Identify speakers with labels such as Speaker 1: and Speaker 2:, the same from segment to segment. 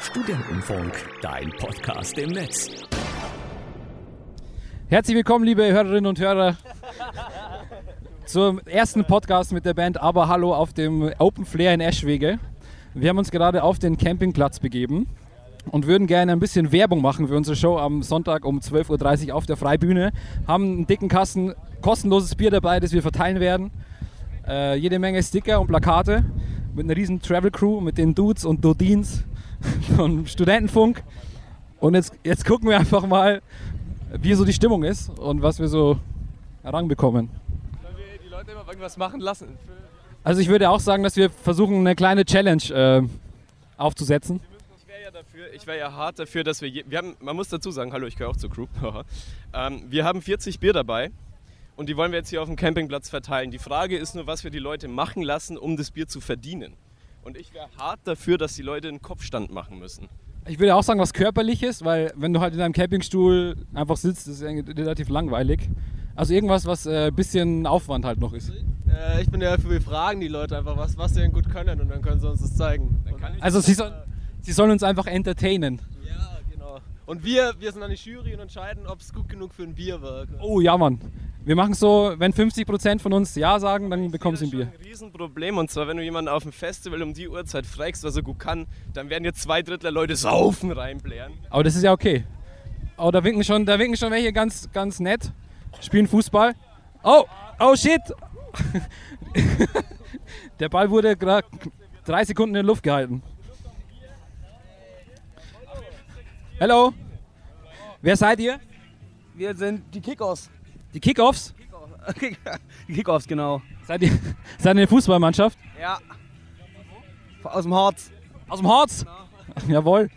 Speaker 1: Studentenfunk, dein Podcast im Netz.
Speaker 2: Herzlich willkommen, liebe Hörerinnen und Hörer, zum ersten Podcast mit der Band Aber Hallo auf dem Open Flair in Eschwege. Wir haben uns gerade auf den Campingplatz begeben und würden gerne ein bisschen Werbung machen für unsere Show am Sonntag um 12.30 Uhr auf der Freibühne. Haben einen dicken Kasten kostenloses Bier dabei, das wir verteilen werden. Äh, jede Menge Sticker und Plakate mit einer riesen Travel Crew, mit den Dudes und Dodins von Studentenfunk. Und jetzt, jetzt gucken wir einfach mal, wie so die Stimmung ist und was wir so ranbekommen.
Speaker 3: Weil wir die Leute immer irgendwas machen lassen.
Speaker 2: Also ich würde auch sagen, dass wir versuchen, eine kleine Challenge äh, aufzusetzen.
Speaker 3: Ich wäre ja dafür, ich wäre ja hart dafür, dass wir, je, wir haben, man muss dazu sagen, hallo, ich gehöre auch zur Crew. haha. ähm, wir haben 40 Bier dabei und die wollen wir jetzt hier auf dem Campingplatz verteilen. Die Frage ist nur, was wir die Leute machen lassen, um das Bier zu verdienen. Und ich wäre hart dafür, dass die Leute einen Kopfstand machen müssen.
Speaker 2: Ich würde auch sagen, was körperliches, weil wenn du halt in deinem Campingstuhl einfach sitzt, ist es eigentlich relativ langweilig. Also irgendwas, was ein äh, bisschen Aufwand halt noch ist.
Speaker 4: Äh, ich bin ja dafür, wir fragen die Leute einfach, was, was sie denn gut können und dann können sie uns das zeigen. Und,
Speaker 2: Also sie, soll, sie sollen uns einfach entertainen.
Speaker 4: ja, genau. Und wir, wir sind dann die Jury und entscheiden, ob es gut genug für ein Bier war.
Speaker 2: Oh ja, Mann. Wir machen so, wenn 50% von uns Ja sagen, dann bekommen sie ein
Speaker 3: Das ist schon
Speaker 2: Bier.
Speaker 3: ein Riesenproblem und zwar, wenn du jemanden auf dem Festival um die Uhrzeit fragst, was er gut kann, dann werden dir zwei Drittel der Leute saufen reinblären.
Speaker 2: Aber das ist ja okay. Oh, da winken schon, da winken schon welche ganz, ganz nett. Spielen Fußball. Oh, oh shit! Der Ball wurde gerade drei Sekunden in der Luft gehalten. Hello? Wer seid ihr?
Speaker 5: Wir sind die Kickoffs.
Speaker 2: Die Kickoffs?
Speaker 5: Die Kickoffs, genau.
Speaker 2: Seid ihr, seid ihr eine Fußballmannschaft?
Speaker 5: Ja. Aus dem Harz. Genau.
Speaker 2: Aus dem Harz? Jawohl.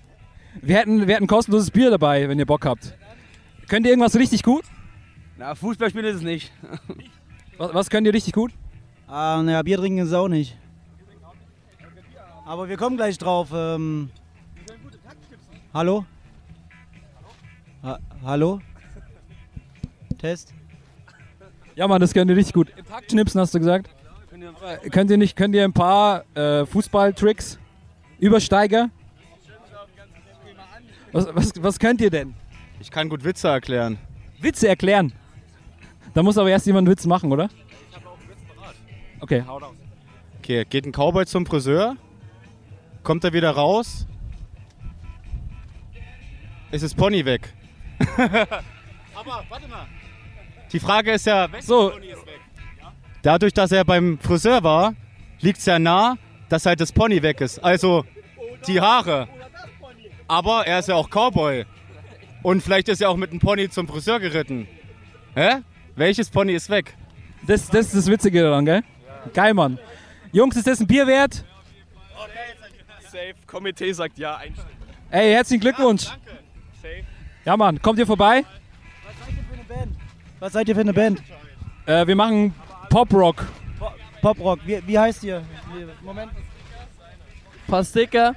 Speaker 2: Wir hätten, wir hätten kostenloses Bier dabei, wenn ihr Bock habt. Könnt ihr irgendwas richtig gut?
Speaker 5: Na, Fußball spielen ist es nicht.
Speaker 2: Was, was könnt ihr richtig gut?
Speaker 6: Ah, naja, Bier trinken ist auch nicht. Aber wir kommen gleich drauf. Ähm. Hallo? Ha hallo? Test?
Speaker 2: Ja, Mann, das könnt ihr richtig gut. Im Takt schnipsen, hast du gesagt. Könnt ihr nicht, könnt ihr ein paar äh, Fußballtricks? Übersteiger? Was, was, was könnt ihr denn?
Speaker 7: Ich kann gut Witze erklären.
Speaker 2: Witze erklären. Da muss aber erst jemand einen Witz machen, oder? Okay, hau raus.
Speaker 7: Okay, geht ein Cowboy zum Friseur, kommt er wieder raus, ist das Pony weg. Aber warte mal. Die Frage ist ja,
Speaker 2: So,
Speaker 7: dadurch, dass er beim Friseur war, liegt es ja nah, dass halt das Pony weg ist. Also die Haare. Aber er ist ja auch Cowboy. Und vielleicht ist er auch mit einem Pony zum Friseur geritten. Hä? Welches Pony ist weg?
Speaker 2: das, das ist das Witzige daran, gell? Geil, Mann. Jungs, ist das ein Bier wert?
Speaker 3: Safe, Komitee sagt ja, einstimmig.
Speaker 2: Ey, herzlichen Glückwunsch. Ja, Mann, kommt ihr vorbei?
Speaker 6: Was seid ihr für eine Band?
Speaker 2: Äh, wir machen Pop-Rock.
Speaker 6: Poprock. Wie, wie heißt ihr? Wir- Moment.
Speaker 4: Paar Sticker.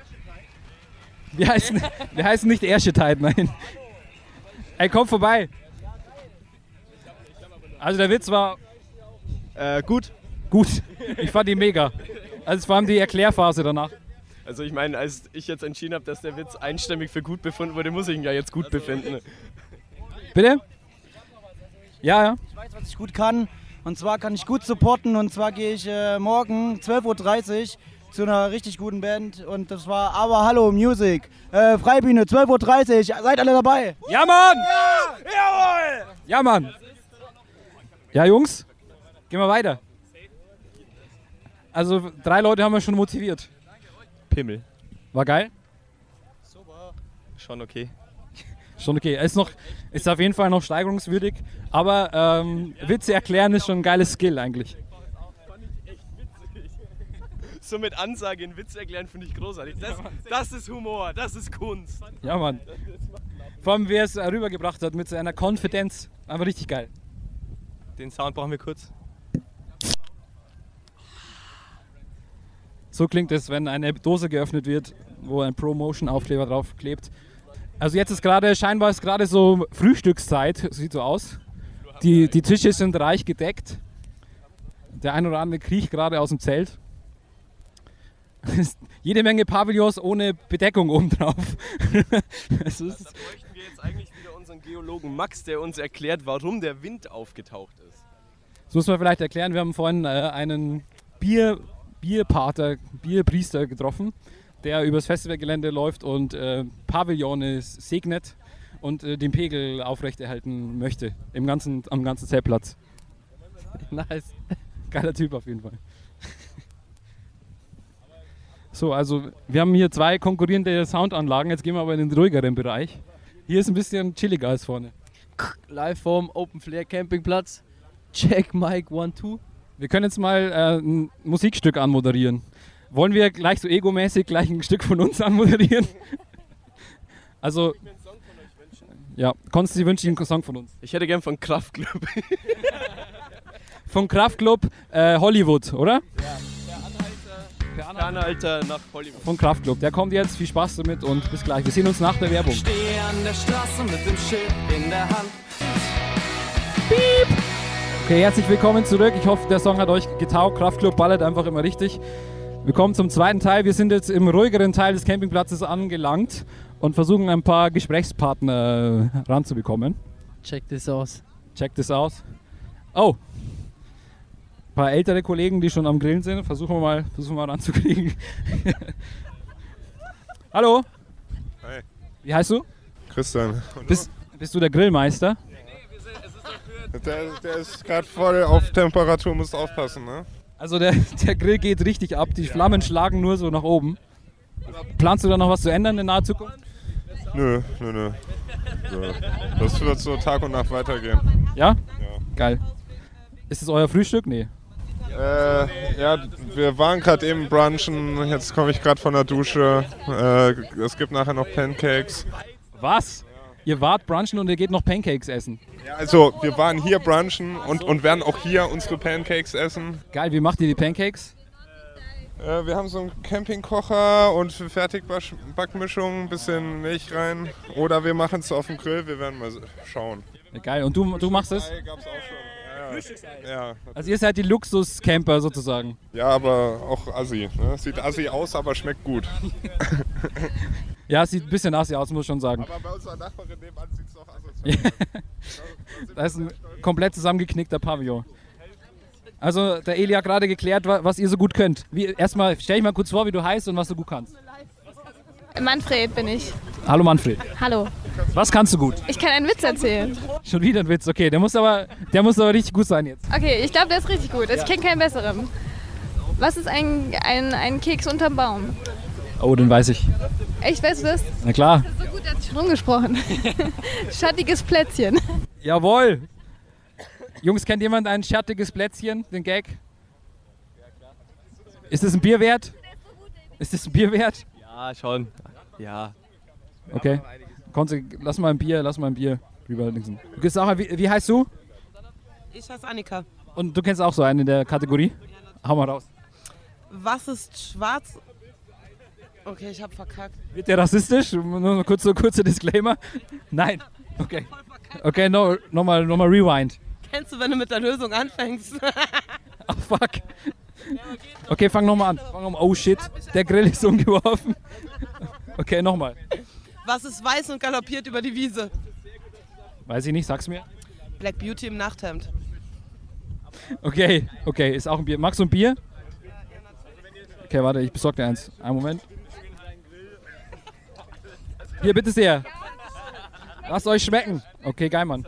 Speaker 2: Wir heißen, wir heißen nicht Erschetheit, nein. Ey, komm vorbei. Also der Witz war
Speaker 7: Äh, gut.
Speaker 2: gut. Ich fand ihn mega. Also vor allem die Erklärphase danach.
Speaker 3: Also ich meine, als ich jetzt entschieden habe, dass der Witz einstimmig für gut befunden wurde, muss ich ihn ja jetzt gut befinden.
Speaker 2: Bitte? Ja, ja.
Speaker 6: Ich weiß, was ich gut kann. Und zwar kann ich gut supporten. Und zwar gehe ich äh, morgen 12.30 Uhr zu einer richtig guten Band. Und das war Aber Hallo Music. Äh, Freibühne, 12.30 Uhr. Seid alle dabei.
Speaker 2: Ja, Mann! Ja, Mann! Ja, Jungs, gehen wir weiter. Also drei Leute haben wir schon motiviert.
Speaker 3: Pimmel.
Speaker 2: War geil?
Speaker 3: Schon okay.
Speaker 2: Schon okay. Ist, noch, ist auf jeden Fall noch steigerungswürdig, aber ähm, Witze erklären ist schon ein geiles Skill eigentlich.
Speaker 3: So mit Ansage in Witz erklären finde ich großartig. Das, das ist Humor, das ist Kunst.
Speaker 2: Ja, Mann. Vor allem, wer es äh, rübergebracht hat mit so einer Konfidenz. Einfach richtig geil.
Speaker 3: Den Sound brauchen wir kurz.
Speaker 2: So klingt es, wenn eine Dose geöffnet wird, wo ein Promotion-Aufkleber drauf klebt. Also jetzt ist gerade, scheinbar ist gerade so Frühstückszeit, sieht so aus. Die, die Tische sind reich gedeckt. Der ein oder andere kriecht gerade aus dem Zelt. Jede Menge Pavillons ohne Bedeckung obendrauf. das ist,
Speaker 3: Da bräuchten wir jetzt eigentlich wieder unseren Geologen Max, der uns erklärt, warum der Wind aufgetaucht ist.
Speaker 2: Das muss man vielleicht erklären. Wir haben vorhin äh, einen Bier, Bierpater, Bierpriester getroffen, der übers Festivalgelände läuft und äh, Pavillone segnet und äh, den Pegel aufrechterhalten möchte im ganzen, am ganzen Zeltplatz. nice. Geiler Typ auf jeden Fall. So, also wir haben hier zwei konkurrierende Soundanlagen. Jetzt gehen wir aber in den ruhigeren Bereich. Hier ist ein bisschen chilliger als vorne.
Speaker 4: Live vom Open Flair Campingplatz. Check Mike 1-2.
Speaker 2: Wir können jetzt mal äh, ein Musikstück anmoderieren. Wollen wir gleich so egomäßig gleich ein Stück von uns anmoderieren? Also, ja, Konsti wünscht Ihnen einen Song von uns.
Speaker 3: Ich hätte gern von Kraftclub.
Speaker 2: Vom Kraftclub äh, Hollywood, oder?
Speaker 3: Fernhalter nach Hollywood.
Speaker 2: Vom Kraftclub. Der kommt jetzt. Viel Spaß damit und bis gleich. Wir sehen uns nach der Werbung.
Speaker 8: Stehe an der Straße mit dem Schild in der Hand.
Speaker 2: Okay, herzlich willkommen zurück. Ich hoffe, der Song hat euch getaugt. Kraftclub ballert einfach immer richtig. Willkommen zum zweiten Teil. Wir sind jetzt im ruhigeren Teil des Campingplatzes angelangt und versuchen ein paar Gesprächspartner äh, ranzubekommen.
Speaker 4: Check this aus.
Speaker 2: Check das aus. Oh. Ein paar ältere Kollegen, die schon am Grillen sind. Versuchen wir mal, versuchen wir mal ranzukriegen. Hallo.
Speaker 9: Hi.
Speaker 2: Wie heißt du?
Speaker 9: Christian.
Speaker 2: Bist, bist du der Grillmeister?
Speaker 9: Der, der ist gerade voll auf Temperatur, musst aufpassen, ne?
Speaker 2: Also der, der Grill geht richtig ab. Die Flammen schlagen nur so nach oben. Planst du da noch was zu ändern in naher Zukunft?
Speaker 9: Nö, nö, nö. So. Das wird so Tag und Nacht weitergehen.
Speaker 2: Ja? Geil. Ist es euer Frühstück? Nee.
Speaker 9: Äh, ja, wir waren gerade eben brunchen, jetzt komme ich gerade von der Dusche. Äh, es gibt nachher noch Pancakes.
Speaker 2: Was? Ihr wart brunchen und ihr geht noch Pancakes essen.
Speaker 9: Ja, also, wir waren hier brunchen und, und werden auch hier unsere Pancakes essen.
Speaker 2: Geil, wie macht ihr die Pancakes?
Speaker 9: Äh, wir haben so einen Campingkocher und für Fertigbackmischung ein bisschen Milch rein. Oder wir machen es auf dem Grill, wir werden mal schauen.
Speaker 2: Geil, und du, du machst es?
Speaker 9: Ei gab's auch schon. Ja, ja. Ja.
Speaker 2: Also ihr seid die Luxus-Camper sozusagen.
Speaker 9: ja, aber auch Assi. Ne? Sieht Assi aus, aber schmeckt gut.
Speaker 2: Ja, sieht ein bisschen assi aus, muss ich schon sagen.
Speaker 9: Aber bei unserer Nachbarin nebenan sieht es noch asozial
Speaker 2: Da ist ein komplett zusammengeknickter Pavillon. Also, der Eli hat gerade geklärt, wa- was ihr so gut könnt. Wie, erstmal, stell dich mal kurz vor, wie du heißt und was du gut kannst.
Speaker 10: Manfred bin ich.
Speaker 2: Hallo Manfred.
Speaker 10: Hallo.
Speaker 2: Was kannst du gut?
Speaker 10: Ich kann einen Witz erzählen.
Speaker 2: Schon wieder ein Witz, okay. Der muss aber, der muss aber richtig gut sein jetzt.
Speaker 10: Okay, ich glaube, der ist richtig gut. Ich kenne keinen besseren. Was ist ein, ein, ein Keks unterm Baum?
Speaker 2: Oh, den weiß ich.
Speaker 10: Echt, weißt du das?
Speaker 2: Na klar.
Speaker 10: So gut, der hat schon rumgesprochen. Schattiges Plätzchen.
Speaker 2: Jawohl. Jungs, kennt jemand ein schattiges Plätzchen, den Gag? Ist das ein Bier wert? Ist das ein Bier wert?
Speaker 4: Ja, Ah, schon. Ja.
Speaker 2: Okay. Konze, lass mal ein Bier, lass mal ein Bier rüber. links. Du kennst auch, ein- wie, wie heißt du?
Speaker 11: Ich heiße Annika.
Speaker 2: Und du kennst auch so einen in der Kategorie? Hau mal raus.
Speaker 11: Was ist schwarz? Okay, ich hab verkackt.
Speaker 2: Wird der rassistisch? Nur noch kurz so kurzer Disclaimer. Nein. Okay. Okay, no, nochmal noch mal rewind.
Speaker 11: Kennst du, wenn du mit der Lösung anfängst?
Speaker 2: Ach, fuck. Okay, fang nochmal an. Fang noch mal. Oh shit, der Grill ist umgeworfen. Okay, nochmal.
Speaker 11: Was ist weiß und galoppiert über die Wiese?
Speaker 2: Weiß ich nicht, sag's mir.
Speaker 11: Black Beauty im Nachthemd.
Speaker 2: Okay, okay, ist auch ein Bier. Magst du ein Bier? Okay, warte, ich besorg dir eins. Einen Moment. Hier, bitte sehr. Lasst euch schmecken. Okay, geil, Mann.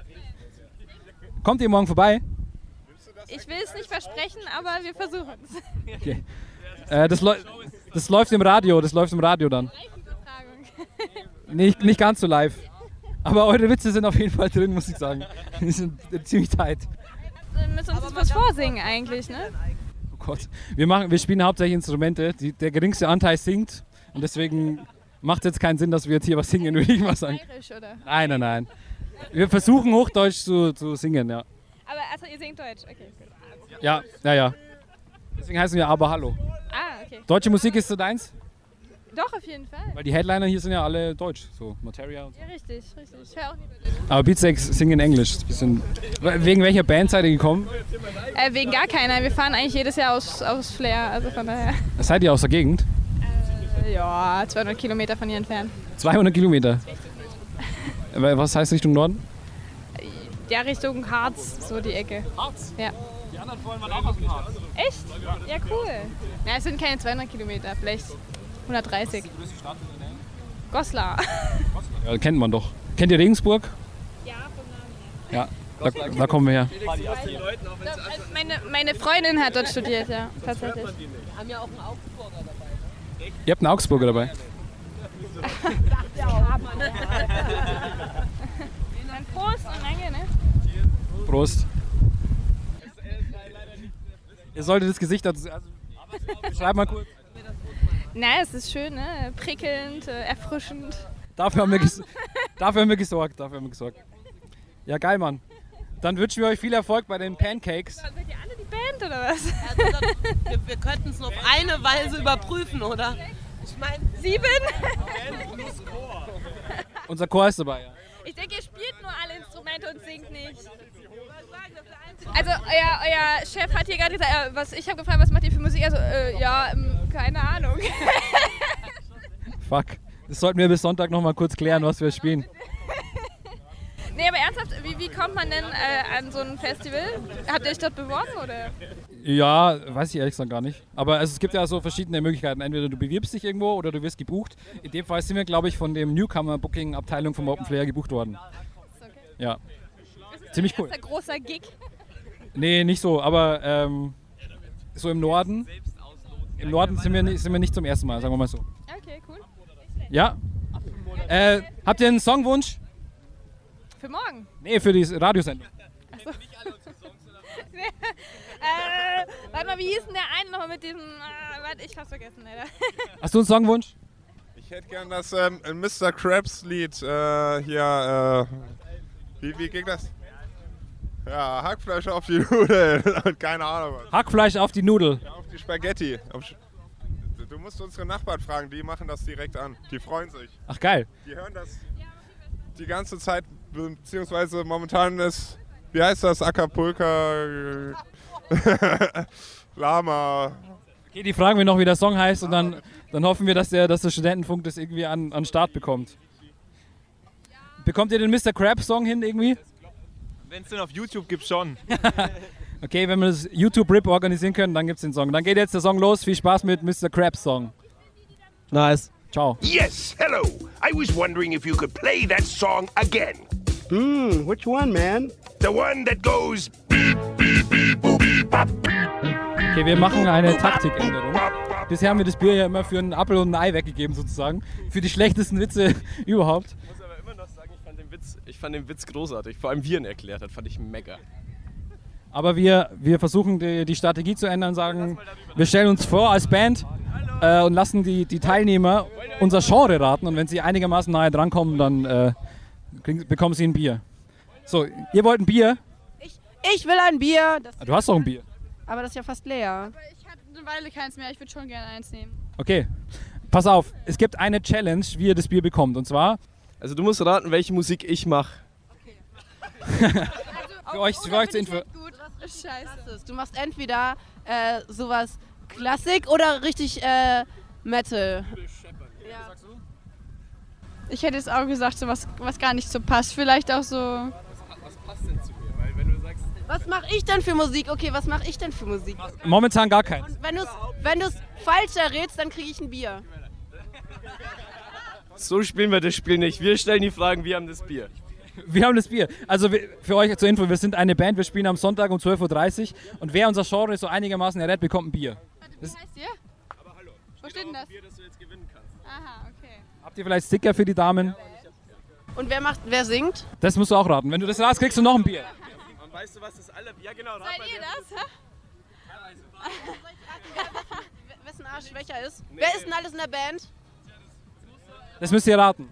Speaker 2: Kommt ihr morgen vorbei?
Speaker 10: Ich will es nicht versprechen, aber wir versuchen es.
Speaker 2: Äh, das, läu- das läuft im Radio, das läuft im Radio dann. Nicht, nicht ganz so live. Aber eure Witze sind auf jeden Fall drin, muss ich sagen. Die sind äh, ziemlich tight.
Speaker 10: Wir müssen uns jetzt was vorsingen eigentlich, ne?
Speaker 2: Oh Gott. Wir, machen, wir spielen hauptsächlich Instrumente. Die, der geringste Anteil singt. Und deswegen macht es jetzt keinen Sinn, dass wir jetzt hier was singen, würde ich mal sagen.
Speaker 10: Bayerisch, oder?
Speaker 2: Nein, nein, nein. Wir versuchen Hochdeutsch zu, zu singen, ja.
Speaker 10: Aber also ihr singt Deutsch, okay. Gut.
Speaker 2: Ja, ja, ja. Deswegen heißen wir aber Hallo.
Speaker 10: Ah, okay.
Speaker 2: Deutsche Musik ist so deins,
Speaker 10: Doch, auf jeden Fall.
Speaker 2: weil die Headliner hier sind ja alle deutsch. So, Materia und so.
Speaker 10: Ja, richtig, richtig. Ich höre auch lieber
Speaker 2: Aber Beatsex singen in Englisch. Ist ein bisschen Wegen welcher Band seid ihr gekommen?
Speaker 10: Äh, wegen gar keiner. Wir fahren eigentlich jedes Jahr aus, aus Flair, also von daher.
Speaker 2: Seid ihr aus der Gegend?
Speaker 10: Ja, 200 Kilometer von hier entfernt.
Speaker 2: 200 Kilometer. Weil Was heißt Richtung Norden?
Speaker 10: Ja, Richtung Harz, so die Ecke. Harz? Ja.
Speaker 2: Die anderen wollen mal auch aus dem Harz.
Speaker 10: Echt? Ja, cool. Na, es sind keine 200 Kilometer, vielleicht 130. Goslar.
Speaker 2: Ja, kennt man doch. Kennt ihr Regensburg? Ja, da, da kommen wir her.
Speaker 10: Meine, meine Freundin hat dort studiert, ja, tatsächlich.
Speaker 11: Wir haben ja auch einen Augsburger dabei.
Speaker 2: Ihr habt einen Augsburger dabei.
Speaker 10: Dann Prost und danke, ne?
Speaker 2: Prost. Ihr solltet das Gesicht dazu. Also, schreib mal kurz.
Speaker 10: Na, es ist schön, ne? Prickelnd, äh, erfrischend.
Speaker 2: Dafür haben, wir ges- dafür haben wir gesorgt. Dafür haben wir gesorgt. Ja, geil, Mann. Dann wünschen wir euch viel Erfolg bei den Pancakes.
Speaker 11: Seid ihr alle
Speaker 10: die Band oder was?
Speaker 11: Also dann, wir wir könnten es nur auf eine Weise überprüfen, oder? Ich meine,
Speaker 10: sieben?
Speaker 2: Unser Chor ist dabei. Ja.
Speaker 10: Ich denke, ihr spielt nur alle Instrumente und singt nicht. Also euer, euer Chef hat hier gerade gesagt, äh, was, ich habe gefragt, was macht ihr für Musik? Also äh, ja, ähm, keine Ahnung.
Speaker 2: Fuck. Das sollten wir bis Sonntag nochmal kurz klären, was wir spielen.
Speaker 10: nee, aber ernsthaft, wie, wie kommt man denn äh, an so ein Festival? Habt ihr euch dort beworben oder?
Speaker 2: Ja, weiß ich ehrlich gesagt gar nicht. Aber also, es gibt ja so verschiedene Möglichkeiten. Entweder du bewirbst dich irgendwo oder du wirst gebucht. In dem Fall sind wir, glaube ich, von dem Newcomer-Booking-Abteilung vom Open Flair gebucht worden. Ja. Ziemlich cool.
Speaker 10: Das ist ein großer Gig.
Speaker 2: Nee, nicht so, aber ähm, so im Norden. Im Norden sind wir, nicht, sind wir nicht zum ersten Mal, sagen wir mal so.
Speaker 10: Okay, cool.
Speaker 2: Ja? Äh, habt ihr einen Songwunsch?
Speaker 10: Für morgen.
Speaker 2: Nee, für die Radiosendung.
Speaker 10: Achso. Nee, äh, warte mal, wie hieß denn der eine nochmal mit diesem. Äh, warte, ich hab's vergessen, leider.
Speaker 2: Hast du einen Songwunsch?
Speaker 9: Ich hätte gern das ähm, Mr. Krabs Lied äh, hier. Äh, wie, wie ging das? Ja, Hackfleisch auf die Nudeln und keine Ahnung was.
Speaker 2: Hackfleisch auf die Nudel.
Speaker 9: Auf die Spaghetti. Auf, Sch- du musst unsere Nachbarn fragen, die machen das direkt an. Die freuen sich.
Speaker 2: Ach, geil.
Speaker 9: Die hören das die ganze Zeit, beziehungsweise momentan ist, wie heißt das, Acapulca, äh, Lama.
Speaker 2: Okay, die fragen wir noch, wie der Song heißt und
Speaker 12: Ah,
Speaker 2: dann, dann hoffen wir, dass der, dass der Studentenfunk das irgendwie an, an den Start bekommt. Bekommt ihr den Mr. Crab-Song hin irgendwie?
Speaker 12: Wenn es den auf YouTube gibt, schon.
Speaker 2: Okay, wenn wir das YouTube-Rip organisieren können, dann gibt es den Song. Dann geht jetzt der Song los. Viel Spaß mit Mr. Crab-Song. Nice. Ciao.
Speaker 13: Yes, hello. I was wondering if you could play that song again. Hmm, which one, man? The one that goes.
Speaker 2: Okay, wir machen eine Taktikänderung. Bisher haben wir das Bier ja immer für einen Apfel und ein Ei weggegeben, sozusagen. Für die schlechtesten Witze überhaupt.
Speaker 3: Ich muss aber immer noch sagen, ich fand den Witz, ich fand den Witz großartig. Vor allem, wie er ihn erklärt hat, fand ich mega.
Speaker 2: Aber wir, wir versuchen die, die Strategie zu ändern, sagen, wir stellen uns vor als Band äh, und lassen die, die Teilnehmer unser Genre raten. Und wenn sie einigermaßen nahe drankommen, dann äh, kriegen, bekommen sie ein Bier. So, ihr wollt ein Bier?
Speaker 14: Ich will ein Bier, das,
Speaker 2: Du hast doch ein Bier.
Speaker 14: aber das ist ja fast leer.
Speaker 10: Eine Weile keins mehr, ich würde schon gerne eins nehmen.
Speaker 2: Okay. Pass auf, es gibt eine Challenge, wie ihr das Bier bekommt. Und zwar.
Speaker 3: Also, du musst raten, welche Musik ich mache.
Speaker 2: für euch, für euch zur Info.
Speaker 10: Gut, das ist scheiße.
Speaker 14: Du machst entweder äh, sowas Klassik oder richtig äh, Metal.
Speaker 10: Ich hätte jetzt auch gesagt, so was, was gar nicht so passt. Vielleicht auch so.
Speaker 12: Was passt denn zu mir? Weil wenn du sagst,
Speaker 14: Was mache ich denn für Musik? Okay, was mache ich denn für Musik?
Speaker 2: Momentan gar keins.
Speaker 14: Wenn du es wenn du's falsch errätst, dann kriege ich ein Bier.
Speaker 3: So spielen wir das Spiel nicht. Wir stellen die Fragen, wir haben das Bier.
Speaker 2: Wir haben das Bier. Also wir, für euch zur Info, wir sind eine Band, wir spielen am Sonntag um 12.30 Uhr und wer unser Genre so einigermaßen errät, bekommt ein Bier. Das,
Speaker 10: Heißt ihr? Wo steht denn das? Aha, okay.
Speaker 2: habt ihr vielleicht Sticker für die Damen?
Speaker 14: Und wer macht, wer singt?
Speaker 2: Das musst du auch raten. Wenn du das rast, kriegst du noch ein Bier.
Speaker 3: Und weißt du, was das alle. Ja, genau, rat mal
Speaker 14: Seid ihr
Speaker 3: wer-
Speaker 14: das? Hä? Wessen Arsch schwächer ist? Wer ist denn alles in der Band?
Speaker 2: Das müsst ihr raten.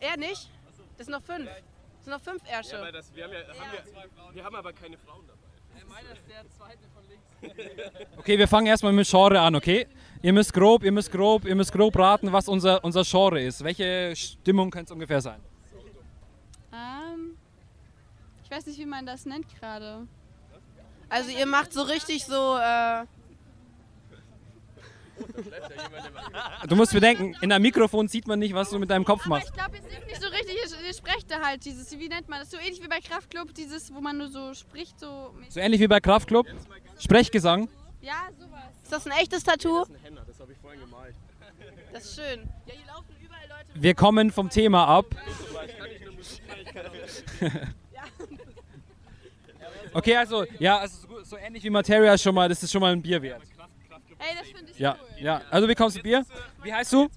Speaker 14: Er nicht? Das sind noch fünf. Das sind noch fünf Ärsche.
Speaker 3: Ja, aber das, wir, haben ja, haben wir, wir haben aber keine Frauen dabei.
Speaker 11: meiner ist der zweite von links.
Speaker 2: Okay, wir fangen erstmal mit Genre an, okay? Ihr müsst grob, ihr müsst grob, ihr müsst grob raten, was unser, unser Genre ist. Welche Stimmung könnte es ungefähr sein?
Speaker 10: Ähm, ich weiß nicht, wie man das nennt gerade.
Speaker 14: Also ihr macht so richtig so, äh,
Speaker 2: Du musst bedenken, in einem Mikrofon sieht man nicht, was du mit deinem Kopf
Speaker 14: Aber
Speaker 2: machst.
Speaker 14: ich glaube, ihr singt nicht so richtig, ihr, ihr sprecht da halt dieses, wie nennt man das? So ähnlich wie bei Kraftclub, dieses, wo man nur so spricht, so.
Speaker 2: So ähnlich wie bei Kraftclub. Sprechgesang.
Speaker 14: Ja, sowas.
Speaker 15: Ist das ein echtes Tattoo?
Speaker 3: Das habe ich vorhin gemalt.
Speaker 15: Das ist schön.
Speaker 2: Wir kommen vom Thema ab. okay, also, ja, also so, gut- so ähnlich wie Materia schon mal, das ist schon mal ein Bier wert.
Speaker 14: Ey, das finde ich
Speaker 2: Ja, ja. Also bekommst du Bier. Wie heißt du?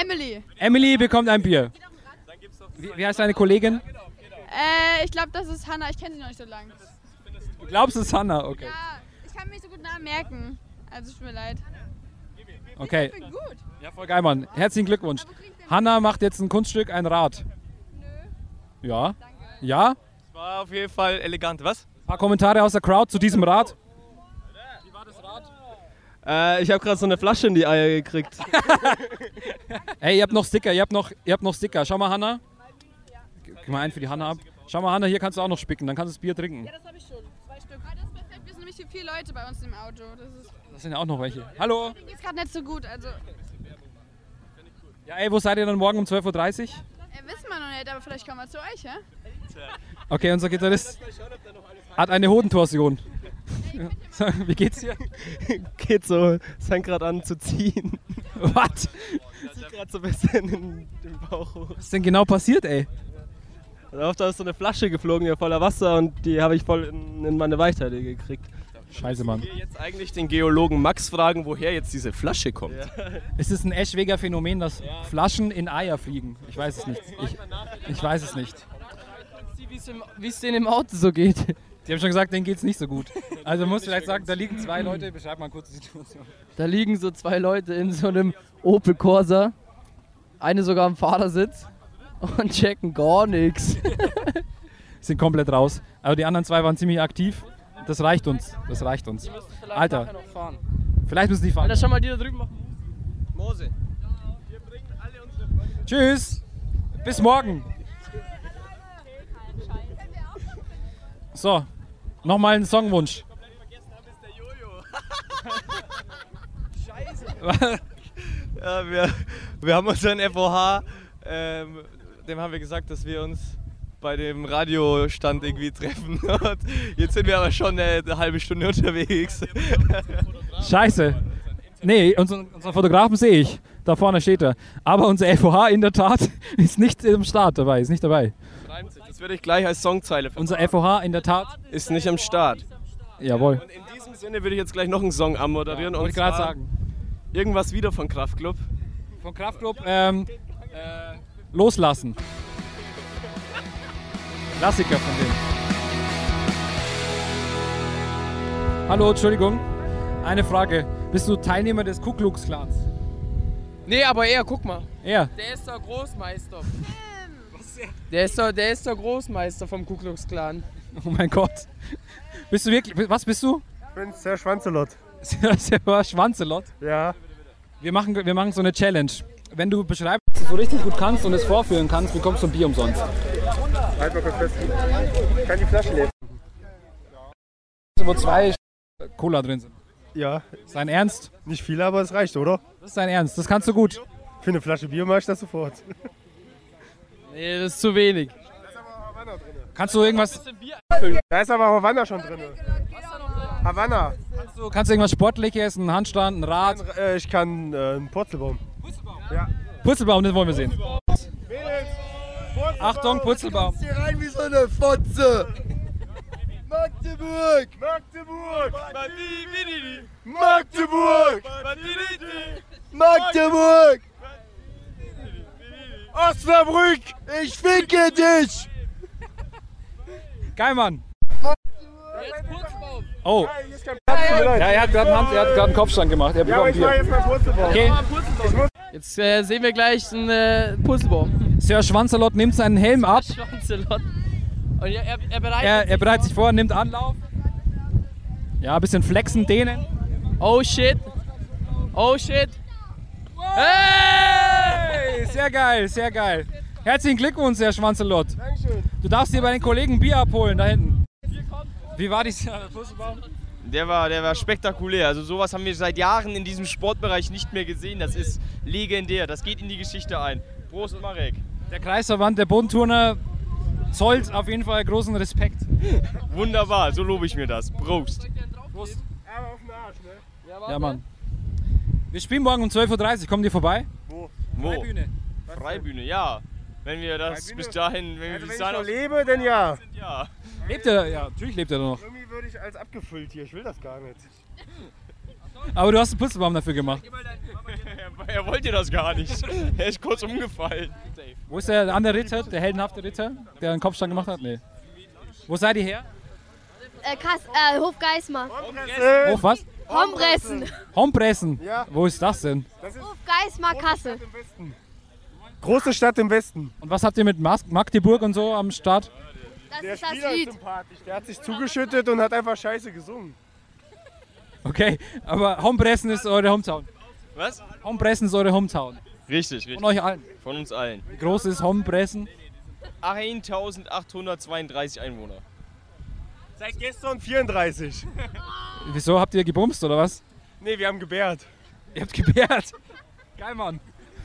Speaker 14: Emily.
Speaker 2: Emily bekommt ein Bier. Wie, wie heißt deine Kollegin?
Speaker 14: Äh, ich glaube, das ist Hannah. Ich kenne sie noch nicht so lange.
Speaker 2: Du glaubst es ist Hannah, okay.
Speaker 14: Ja, ich kann mir nicht so gut Namen merken. Also, es tut mir leid.
Speaker 2: Okay.
Speaker 14: Ich bin gut.
Speaker 2: Ja, voll geil, Mann. Herzlichen Glückwunsch. Hanna macht jetzt ein Kunststück, ein Rad. Nö. Ja. Ja?
Speaker 12: War auf jeden Fall elegant, was?
Speaker 2: Ein paar Kommentare aus der Crowd zu diesem Rad.
Speaker 16: Äh, ich habe gerade so eine Flasche in die Eier gekriegt.
Speaker 2: Ey, ihr habt noch Sticker, ihr habt noch, ihr habt noch Sticker. Schau mal, Hanna. Gib mal einen für die Hanna ab. Schau mal, Hanna, hier kannst du auch noch spicken, dann kannst du das Bier trinken.
Speaker 14: Ja, das habe ich schon. Zwei Stück. Ah, das ist perfekt. Wir sind nämlich vier Leute bei uns im Auto. Das ist.
Speaker 2: Das sind ja auch noch welche. Hallo.
Speaker 14: Mir geht's gerade nicht so gut. Also, äh,
Speaker 2: Ja, ey, wo seid ihr dann morgen um 12.30 Uhr?
Speaker 14: wissen wir noch nicht, aber vielleicht kommen wir zu euch, ja?
Speaker 2: Okay, unser Gitarrist hat eine Hodentorsion. So, Wie geht's dir?
Speaker 16: Geht so, es fängt gerade an zu ziehen.
Speaker 2: Was?
Speaker 16: Zieht gerade so ein bisschen in den Bauch hoch.
Speaker 2: Was ist denn genau passiert, ey?
Speaker 16: Und auf da ist so eine Flasche geflogen, die war voller Wasser und die habe ich voll in, in meine Weichteile gekriegt.
Speaker 2: Scheiße, Mann.
Speaker 3: Wir jetzt eigentlich den Geologen Max fragen, woher jetzt diese Flasche kommt.
Speaker 2: Es ist ein Eschweger Phänomen, dass Flaschen in Eier fliegen. Ich weiß es nicht. Ich, ich weiß es nicht.
Speaker 5: Wie es denen im Auto so geht.
Speaker 2: Die haben schon gesagt, denen geht's nicht so gut. Also muss vielleicht sagen, da liegen zwei Leute, beschreib mal kurz die Situation.
Speaker 5: Da liegen so zwei Leute in so einem Opel Corsa. Eine sogar am Fahrersitz. Und checken gar nichts.
Speaker 2: Sind komplett raus. Aber die anderen zwei waren ziemlich aktiv. Das reicht uns. Das reicht uns. Alter, vielleicht müssen die fahren.
Speaker 5: Alter, schau mal die da drüben machen.
Speaker 16: Mose.
Speaker 2: Tschüss. Bis morgen. So, nochmal einen Songwunsch.
Speaker 12: ja, wir, wir haben unseren FOH, ähm, dem haben wir gesagt, dass wir uns bei dem Radiostand irgendwie treffen. Und jetzt sind wir aber schon äh, eine halbe Stunde unterwegs.
Speaker 2: Scheiße. Nee, unseren, unseren Fotografen sehe ich. Da vorne steht er. Aber unser FOH in der Tat ist nicht im Start dabei, ist nicht dabei.
Speaker 3: Reimt sich. Das würde ich gleich als Songzeile verpacken.
Speaker 2: Unser FOH in der Tat
Speaker 3: ist nicht am Start.
Speaker 2: Jawohl.
Speaker 3: In diesem Sinne würde ich jetzt gleich noch einen Song anmoderieren.
Speaker 2: Ja,
Speaker 3: und
Speaker 2: wollte ich gerade
Speaker 3: zwar
Speaker 2: sagen.
Speaker 3: Irgendwas wieder von Kraftklub.
Speaker 2: Von Kraftklub ähm, äh, loslassen. Klassiker von denen. Hallo, Entschuldigung. Eine Frage. Bist du Teilnehmer des Ku Klux Klans?
Speaker 5: Nee, aber er, guck mal.
Speaker 2: Er.
Speaker 5: Der ist der Großmeister. Der ist der, der ist der Großmeister vom Ku Klux Klan.
Speaker 2: Oh mein Gott. Bist du wirklich. Was bist du?
Speaker 13: Ich bin Sir Schwanzelot.
Speaker 2: Server Schwanzelot?
Speaker 13: Ja.
Speaker 2: Wir machen, wir machen so eine Challenge. Wenn du beschreibst, was du so richtig gut kannst und es vorführen kannst, bekommst du ein Bier umsonst.
Speaker 13: Einfach kurz fest. Ich kann die Flasche lesen.
Speaker 2: Wo zwei Sch- Cola drin sind.
Speaker 13: Ja.
Speaker 2: Sein Ernst?
Speaker 13: Nicht viel, aber es reicht, oder?
Speaker 2: Das ist dein Ernst, das kannst du gut.
Speaker 13: Für eine Flasche Bier mache ich das sofort.
Speaker 5: Nee, das ist zu wenig.
Speaker 2: Kannst du irgendwas.
Speaker 13: Da ist aber Havanna schon drin. Havanna.
Speaker 2: Kannst du, kannst du irgendwas Sportliches, einen Handstand, ein Rad?
Speaker 13: Ich kann äh, einen Purzelbaum.
Speaker 2: Purzelbaum, das wollen wir sehen.
Speaker 13: Purzelbaum.
Speaker 2: Achtung, Purzelbaum.
Speaker 17: Hier rein wie so eine Fotze. Magdeburg.
Speaker 13: Magdeburg.
Speaker 17: Magdeburg. Magdeburg.
Speaker 13: Osnabrück.
Speaker 17: Ich ficke dich.
Speaker 2: Geil, Mann. Oh.
Speaker 13: Ja,
Speaker 2: er hat gerade einen, Hand- er hat gerade einen Kopfstand gemacht. Er
Speaker 13: Ja, aber
Speaker 2: bekommt
Speaker 13: ich mache jetzt
Speaker 2: Bier.
Speaker 13: mal Purzelbaum.
Speaker 2: Okay.
Speaker 5: Jetzt äh, sehen wir gleich einen äh, Puzzlebaum.
Speaker 2: Sir Schwanzelot nimmt seinen Helm ab.
Speaker 5: Schwanzelot. Und er, er, er bereitet
Speaker 2: Er, er
Speaker 5: sich
Speaker 2: bereitet sich vor, nimmt Anlauf. Ja, ein bisschen flexen, dehnen.
Speaker 5: Oh shit. Oh shit.
Speaker 2: Hey! Sehr geil, sehr geil. Herzlichen Glückwunsch, Herr Schwanzelot. Du darfst dir bei den Kollegen Bier abholen, da hinten. Wie war die Puzzlebaum?
Speaker 3: Der war, der war spektakulär. Also sowas haben wir seit Jahren in diesem Sportbereich nicht mehr gesehen. Das ist legendär. Das geht in die Geschichte ein. Prost, Marek.
Speaker 2: Der Kreisverband der Bundturner zollt auf jeden Fall großen Respekt.
Speaker 3: Wunderbar, so lobe ich mir das. Prost.
Speaker 2: Prost. Aber auf den Arsch, ne? Ja, ja Mann. Wir spielen morgen um 12.30 Uhr. Kommen die vorbei?
Speaker 3: Wo? Wo? Freibühne. Freibühne, ja. Wenn wir das
Speaker 5: Freibühne?
Speaker 3: bis dahin, wenn wir
Speaker 5: Also
Speaker 3: bis
Speaker 5: wenn ich
Speaker 3: dahin
Speaker 5: noch
Speaker 3: aus-
Speaker 5: lebe, dann ja.
Speaker 3: sind, ja.
Speaker 2: Lebt er? Ja, natürlich lebt er noch.
Speaker 5: Irgendwie würde ich als abgefüllt hier. Ich will das gar nicht.
Speaker 2: Aber du hast einen Purzelbaum dafür gemacht.
Speaker 3: er wollte das gar nicht. Er ist kurz umgefallen.
Speaker 2: Wo ist der andere Ritter, der heldenhafte Ritter, der einen Kopfstand gemacht hat? Nee. Wo seid ihr her?
Speaker 18: Äh, Kass, äh, Hof Geismar.
Speaker 2: Hof was?
Speaker 18: Hombressen.
Speaker 2: Hombressen.
Speaker 5: Äh. Ja.
Speaker 2: Wo ist das denn?
Speaker 18: Hof Geismar, Kassel.
Speaker 2: Große Stadt im Westen. Und was habt ihr mit Mas Magdeburg und so am Start?
Speaker 18: Das
Speaker 5: der
Speaker 18: ist das
Speaker 5: Spieler
Speaker 18: Lied.
Speaker 5: ist sympathisch. Der hat sich zugeschüttet und hat einfach scheiße gesungen.
Speaker 2: Okay, aber Hombressen ist eure Hometown.
Speaker 3: Was?
Speaker 2: Hombressen ist eure Hometown.
Speaker 3: Richtig, richtig.
Speaker 2: Von euch allen.
Speaker 3: Von uns allen.
Speaker 2: Wie groß ist Hombressen?
Speaker 3: 1832 Einwohner.
Speaker 5: Seit gestern 34.
Speaker 2: Wieso habt ihr gebumst oder was?
Speaker 5: nee, wir haben gebärt.
Speaker 2: Ihr habt gebärt. Geil, Mann.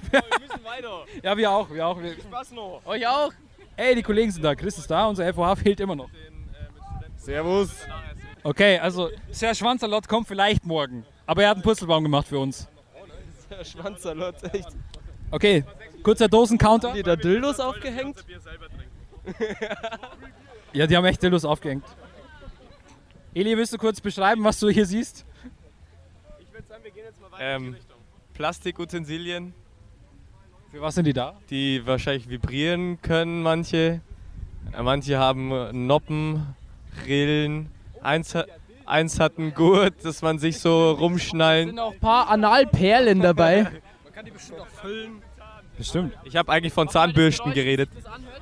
Speaker 3: Wir müssen weiter.
Speaker 2: Ja, wir auch, wir auch. Wir
Speaker 3: Spaß noch.
Speaker 2: Euch auch? Ey, die Kollegen sind da. Chris ist da, unser FOH fehlt immer noch.
Speaker 3: äh,
Speaker 2: Servus. Okay, also Serge Schwanzerlott kommt vielleicht morgen. Aber er hat einen Purzelbaum gemacht für uns.
Speaker 19: Schwanzsalot, echt.
Speaker 2: Okay, kurzer Dosencounter.
Speaker 19: Haben die da Dildos aufgehängt?
Speaker 2: Ja, die haben echt Dildos aufgehängt. Eli, willst du kurz beschreiben, was du hier siehst?
Speaker 12: Ähm, Plastikutensilien.
Speaker 2: Für was sind die da?
Speaker 12: Die wahrscheinlich vibrieren können, manche. Äh, Manche haben äh, Noppen, Rillen. Eins, ha- eins hat einen Gurt, dass man sich so rumschnallen.
Speaker 20: sind auch ein paar Analperlen dabei.
Speaker 2: Bestimmt.
Speaker 12: Ich habe eigentlich von Zahnbürsten geredet.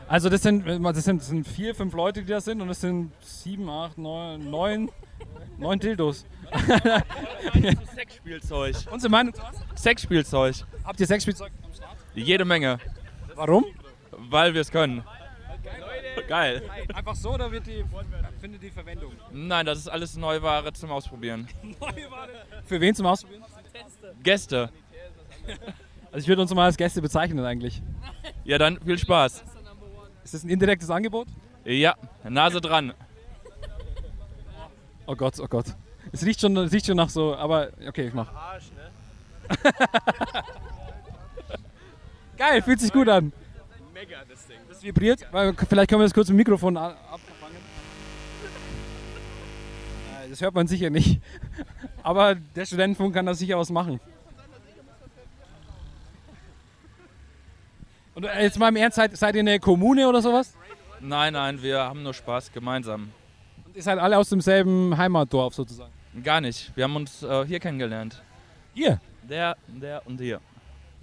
Speaker 2: Also das sind, das sind, das sind vier, fünf Leute, die das sind und das sind sieben, acht, neun, neun, neun Dildos.
Speaker 7: Sexspielzeug.
Speaker 2: Unsere Meinung
Speaker 7: Sexspielzeug.
Speaker 2: Habt ihr Sexspielzeug am Start?
Speaker 7: Jede Menge.
Speaker 2: Warum?
Speaker 7: Weil wir es können. Geil.
Speaker 2: Einfach so oder wird die, findet die Verwendung?
Speaker 7: Nein, das ist alles Neuware zum Ausprobieren.
Speaker 2: Für wen zum Ausprobieren?
Speaker 7: Gäste.
Speaker 2: Also ich würde uns mal als Gäste bezeichnen eigentlich.
Speaker 7: Ja, dann viel Spaß.
Speaker 2: Ist das ein indirektes Angebot?
Speaker 7: Ja, Nase dran.
Speaker 2: Oh Gott, oh Gott. Es riecht schon, es riecht schon nach so, aber okay, ich mach.
Speaker 3: Arsch, ne?
Speaker 2: Geil, fühlt sich gut an.
Speaker 3: Mega, das Ding.
Speaker 2: Das vibriert, weil vielleicht können wir das kurz im Mikrofon a- abfangen. Äh, Das hört man sicher nicht. Aber der Studentenfunk kann da sicher was machen. Und äh, jetzt mal im Ernst, seid, seid ihr eine Kommune oder sowas?
Speaker 7: Nein, nein, wir haben nur Spaß gemeinsam.
Speaker 2: Und ihr seid alle aus demselben Heimatdorf sozusagen.
Speaker 7: Gar nicht. Wir haben uns äh, hier kennengelernt.
Speaker 2: Ihr?
Speaker 7: Der, der und hier.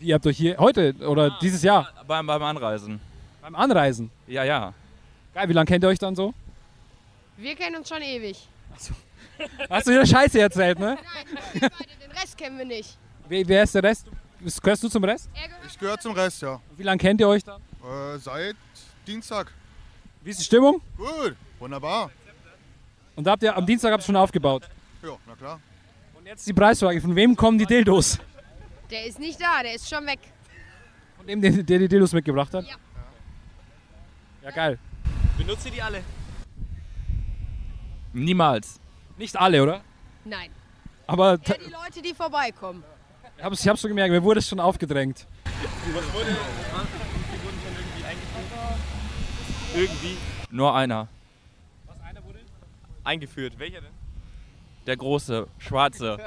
Speaker 2: Ihr habt euch hier heute oder dieses Jahr
Speaker 7: Beim, beim Anreisen.
Speaker 2: beim Anreisen.
Speaker 7: Ja, ja.
Speaker 2: Geil, wie lange kennt ihr euch dann so?
Speaker 18: Wir kennen uns schon ewig.
Speaker 2: Hast du wieder Scheiße erzählt, ne?
Speaker 18: Den Rest kennen wir nicht.
Speaker 2: Wer, wer ist der Rest? Gehörst du zum Rest?
Speaker 17: Ich gehöre zum Rest, ja.
Speaker 2: Wie lange kennt ihr euch dann?
Speaker 17: Äh, seit Dienstag.
Speaker 2: Wie ist die Stimmung?
Speaker 17: Gut, wunderbar.
Speaker 2: Und da habt ihr am Dienstag habt ihr schon aufgebaut.
Speaker 17: Ja, na klar.
Speaker 2: Und jetzt die Preisfrage: Von wem kommen die Dildos?
Speaker 18: Der ist nicht da, der ist schon weg.
Speaker 2: Von dem, der, der die Dildos mitgebracht hat? Ja. Ja, geil.
Speaker 3: Benutze die alle.
Speaker 7: Niemals.
Speaker 2: Nicht alle, oder?
Speaker 18: Nein.
Speaker 2: Aber t-
Speaker 18: Ja, die Leute, die vorbeikommen.
Speaker 2: ich hab's, ich hab's schon gemerkt, mir wurde es schon aufgedrängt.
Speaker 3: Was wurde? Die wurden schon irgendwie eingeführt. Irgendwie.
Speaker 7: Nur einer.
Speaker 3: Was einer wurde?
Speaker 7: Eingeführt. Welcher denn? Der große, schwarze.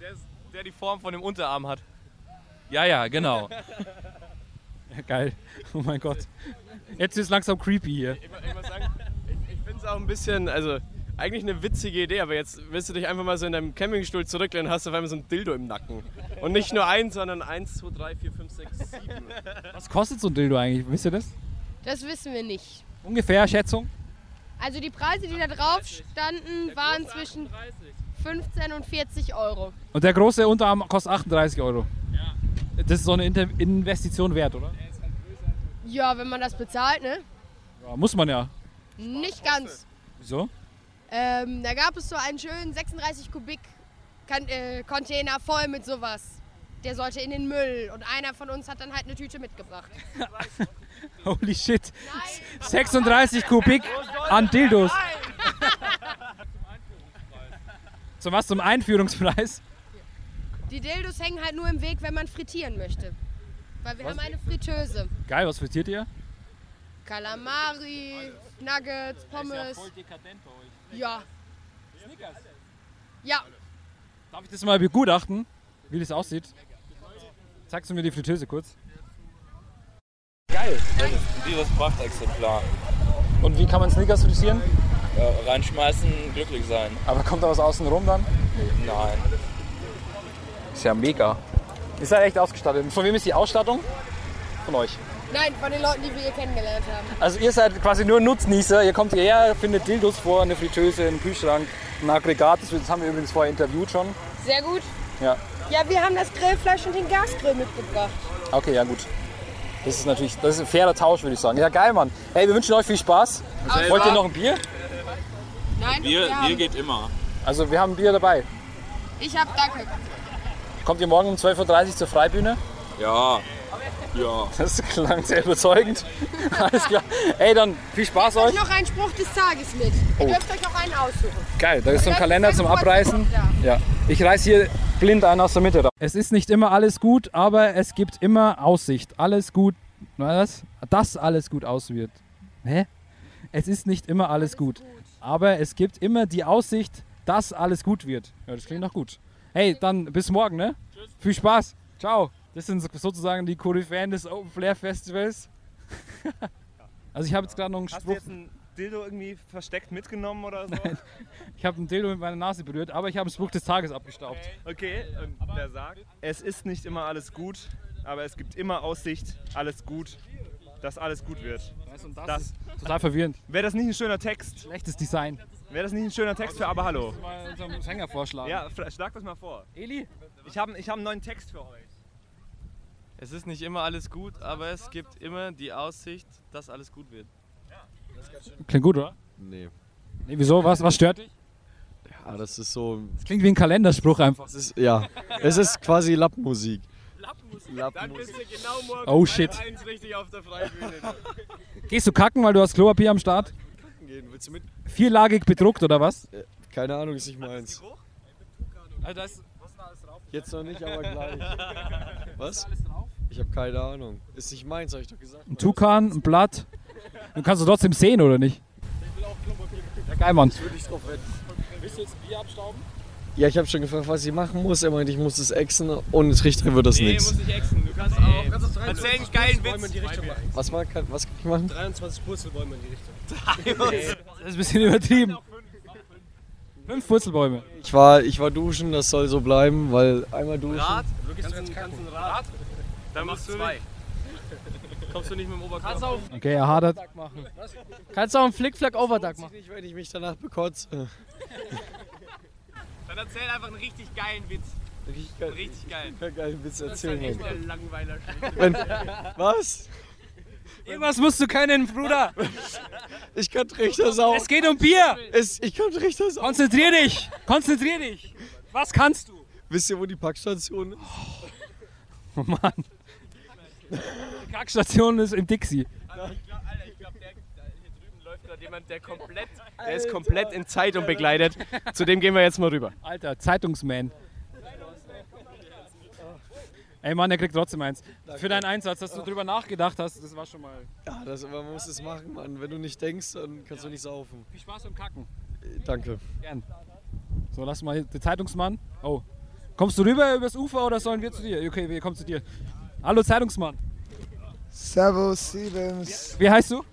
Speaker 12: Der, ist, der die Form von dem Unterarm hat.
Speaker 7: Ja, ja, genau.
Speaker 2: Ja, geil. Oh mein Gott. Jetzt ist langsam creepy hier.
Speaker 3: Ich, mu- ich muss sagen, ich, ich finde es auch ein bisschen, also eigentlich eine witzige Idee, aber jetzt willst du dich einfach mal so in deinem Campingstuhl zurücklehnen, hast auf einmal so ein Dildo im Nacken. Und nicht nur eins, sondern eins, zwei, drei, vier, fünf, sechs, sieben.
Speaker 2: Was kostet so ein Dildo eigentlich? Wisst ihr das?
Speaker 18: Das wissen wir nicht.
Speaker 2: Ungefähr, Schätzung?
Speaker 18: Also die Preise, die da drauf standen, waren zwischen 15 und 40 Euro.
Speaker 2: Und der große Unterarm kostet 38 Euro. Ja. Das ist so eine Inter Investition wert, oder?
Speaker 7: halt
Speaker 18: Ja, wenn man das bezahlt, ne?
Speaker 2: Ja, muss man ja.
Speaker 18: Nicht ganz.
Speaker 2: Wieso?
Speaker 18: Ähm, da gab es so einen schönen 36 Kubik kan äh, Container voll mit sowas. Der sollte in den Müll und einer von uns hat dann halt eine Tüte mitgebracht.
Speaker 2: Holy shit. 36 Kubik an Dildos. Zum was? Zum Einführungspreis?
Speaker 18: Die Dildos hängen halt nur im Weg, wenn man frittieren möchte. Weil wir haben eine Fritteuse.
Speaker 2: Geil, was frittiert ihr?
Speaker 18: Kalamari, Nuggets, Pommes. Ja. Snickers. Ja.
Speaker 2: Darf ich das mal begutachten, wie das aussieht? Zeigst du mir die Fritteuse kurz?
Speaker 7: Geil. Das ist dieses Prachtexemplar.
Speaker 2: Und wie kann man Snickers frittieren?
Speaker 7: Ja, reinschmeißen, glücklich sein.
Speaker 2: Aber kommt da was außen rum dann?
Speaker 7: Nein. Ist ja mega.
Speaker 2: Ihr seid echt ausgestattet. Von wem ist die Ausstattung? Von euch.
Speaker 18: Nein, von den Leuten, die wir hier kennengelernt haben.
Speaker 2: Also ihr seid quasi nur Nutznießer. Ihr kommt hierher, findet Dildos vor, eine Fritteuse, einen Kühlschrank, ein Aggregat. Das haben wir übrigens vorher interviewt schon.
Speaker 18: Sehr gut.
Speaker 2: Ja.
Speaker 18: Ja, wir haben das Grillfleisch und den Gasgrill mitgebracht.
Speaker 2: Okay, ja gut. Das ist natürlich, das ist ein fairer Tausch, würde ich sagen. Ja, geil, Mann. Hey, wir wünschen euch viel Spaß.
Speaker 18: Selber.
Speaker 2: Wollt ihr noch ein Bier?
Speaker 18: Nein,
Speaker 7: Bier,
Speaker 18: wir haben-
Speaker 7: Bier geht immer.
Speaker 2: Also wir haben ein Bier dabei.
Speaker 18: Ich hab Danke.
Speaker 2: Kommt ihr morgen um 12.30 Uhr zur Freibühne?
Speaker 7: Ja. Ja.
Speaker 2: Das klang sehr überzeugend. Alles klar. Ey, dann viel Spaß
Speaker 18: Ich
Speaker 2: euch.
Speaker 18: noch einen Spruch des Tages mit. Ihr
Speaker 2: Oh.
Speaker 18: dürft euch auch einen aussuchen.
Speaker 2: Geil, da ist so ein
Speaker 18: Vielleicht
Speaker 2: Kalender
Speaker 18: ist
Speaker 2: zum
Speaker 18: Frankfurt
Speaker 2: Abreißen. Ja, ich reiß hier blind einen aus der Mitte raus. Es ist nicht immer alles gut, aber es gibt immer Aussicht. Alles gut, was? Dass alles gut aus wird. Hä? Es ist nicht immer alles, gut, aber es gibt immer die Aussicht, dass alles gut wird. Ja, das klingt doch gut. Hey, dann bis morgen, ne? Viel Spaß. Ciao. Das sind so- sozusagen die Koryphäen des Open Flair Festivals. also ich habe jetzt gerade noch einen
Speaker 3: Hast du
Speaker 2: Spruch.
Speaker 3: jetzt ein Dildo irgendwie versteckt mitgenommen oder so?
Speaker 2: Ich habe einen Dildo mit meiner Nase berührt, aber ich habe einen Spruch des Tages abgestaubt.
Speaker 3: Okay, ähm, der sagt, es ist nicht immer alles gut, aber es gibt immer Aussicht, alles gut, dass alles gut wird.
Speaker 2: das Total verwirrend.
Speaker 3: Wäre das nicht ein schöner Text?
Speaker 2: Schlechtes Design.
Speaker 3: Wäre das nicht ein schöner Text für Aber Hallo?
Speaker 2: Mal unserem Sänger vorschlagen.
Speaker 3: Ja, fra- schlag das mal vor.
Speaker 2: Eli?
Speaker 3: Ich habe ich hab einen neuen Text für euch.
Speaker 21: Es ist nicht immer alles gut, aber es gibt immer die Aussicht, dass alles gut wird.
Speaker 2: Klingt gut, oder?
Speaker 21: Nee.
Speaker 2: Nee, wieso? Was, was stört dich?
Speaker 12: Ja, das ist so.
Speaker 2: Das klingt wie ein Kalenderspruch einfach.
Speaker 12: Das ist, ja, es ist quasi Lappmusik.
Speaker 22: Dann bist du genau morgen
Speaker 2: Oh,
Speaker 22: um
Speaker 2: shit.
Speaker 22: halb eins richtig auf der Freibühne.
Speaker 2: Gehst du kacken, weil du hast Klopapier am Start?
Speaker 12: Gehen. Willst du mit?
Speaker 2: Vierlagig bedruckt oder was?
Speaker 12: Äh, Keine Ahnung, ist nicht meins.
Speaker 2: Alter, ist, was ist da alles drauf?
Speaker 12: Jetzt noch nicht, aber gleich. Was? Ich habe keine Ahnung. Ist nicht meins, habe ich doch gesagt.
Speaker 2: Ein Tukan, ein Blatt. Du kannst du trotzdem sehen, oder nicht? Ja, geil, Mann.
Speaker 12: Das würde ich drauf wetten.
Speaker 2: Willst du jetzt Bier abstauben?
Speaker 12: Ja, ich habe schon gefragt, was ich machen muss. Er meinte, ich muss es exen. Ohne Trichter wird das nichts.
Speaker 3: nicht exen. Du kannst auch. Erzähl einen geilen Witz.
Speaker 12: Was, man kann, was kann ich machen?
Speaker 3: 23 Purzelbäume in die Richtung.
Speaker 2: Das ist ein bisschen übertrieben. Fünf Purzelbäume.
Speaker 12: Ich war, ich war duschen, das soll so bleiben, weil einmal duschen.
Speaker 3: Kannst du kannst ein Rad? Dann machst du zwei. Kommst du nicht mit dem Oberkörper?
Speaker 5: Kannst auch,
Speaker 2: Okay, er hadert.
Speaker 5: kannst auch einen Flickflack-Overduck machen.
Speaker 12: Nicht, wenn ich mich danach bekotze.
Speaker 3: Dann erzähl einfach einen richtig geilen Witz.
Speaker 12: Richtig geil.
Speaker 3: Richtig geil.
Speaker 12: Einen geilen Witz erzählen.
Speaker 3: Das ist halt echt
Speaker 12: Mann.
Speaker 3: ein langweiler
Speaker 12: Wenn, was?
Speaker 2: Irgendwas musst du können, Bruder.
Speaker 12: Ich kann Trichter saugen.
Speaker 2: Es geht um Bier.
Speaker 12: Es, ich kann Trichter saugen.
Speaker 2: Konzentrier dich. Konzentrier dich. Was kannst du?
Speaker 12: Wisst ihr, wo die Packstation ist?
Speaker 2: Oh Mann. Die Kackstation ist im Dixie.
Speaker 3: Also ich glaub, Alter, ich glaub, der, da- hier drüben läuft gerade jemand, der komplett, der ist komplett in Zeitung begleitet. Zu dem gehen wir jetzt mal rüber.
Speaker 2: Alter, Zeitungsman. Ey Mann, der kriegt trotzdem eins. Für deinen Einsatz, dass du drüber nachgedacht hast, das war schon mal.
Speaker 12: Ja, das, aber man muss es machen, Mann. Wenn du nicht denkst, dann kannst du nicht saufen.
Speaker 2: Viel Spaß beim Kacken.
Speaker 12: Danke.
Speaker 2: Gern. So, lass mal den Zeitungsmann. Oh. Kommst du rüber übers Ufer oder sollen wir zu dir? Okay, wir kommen zu dir. Hallo Zeitungsmann.
Speaker 17: Servus, Siebens.
Speaker 2: Wie heißt du?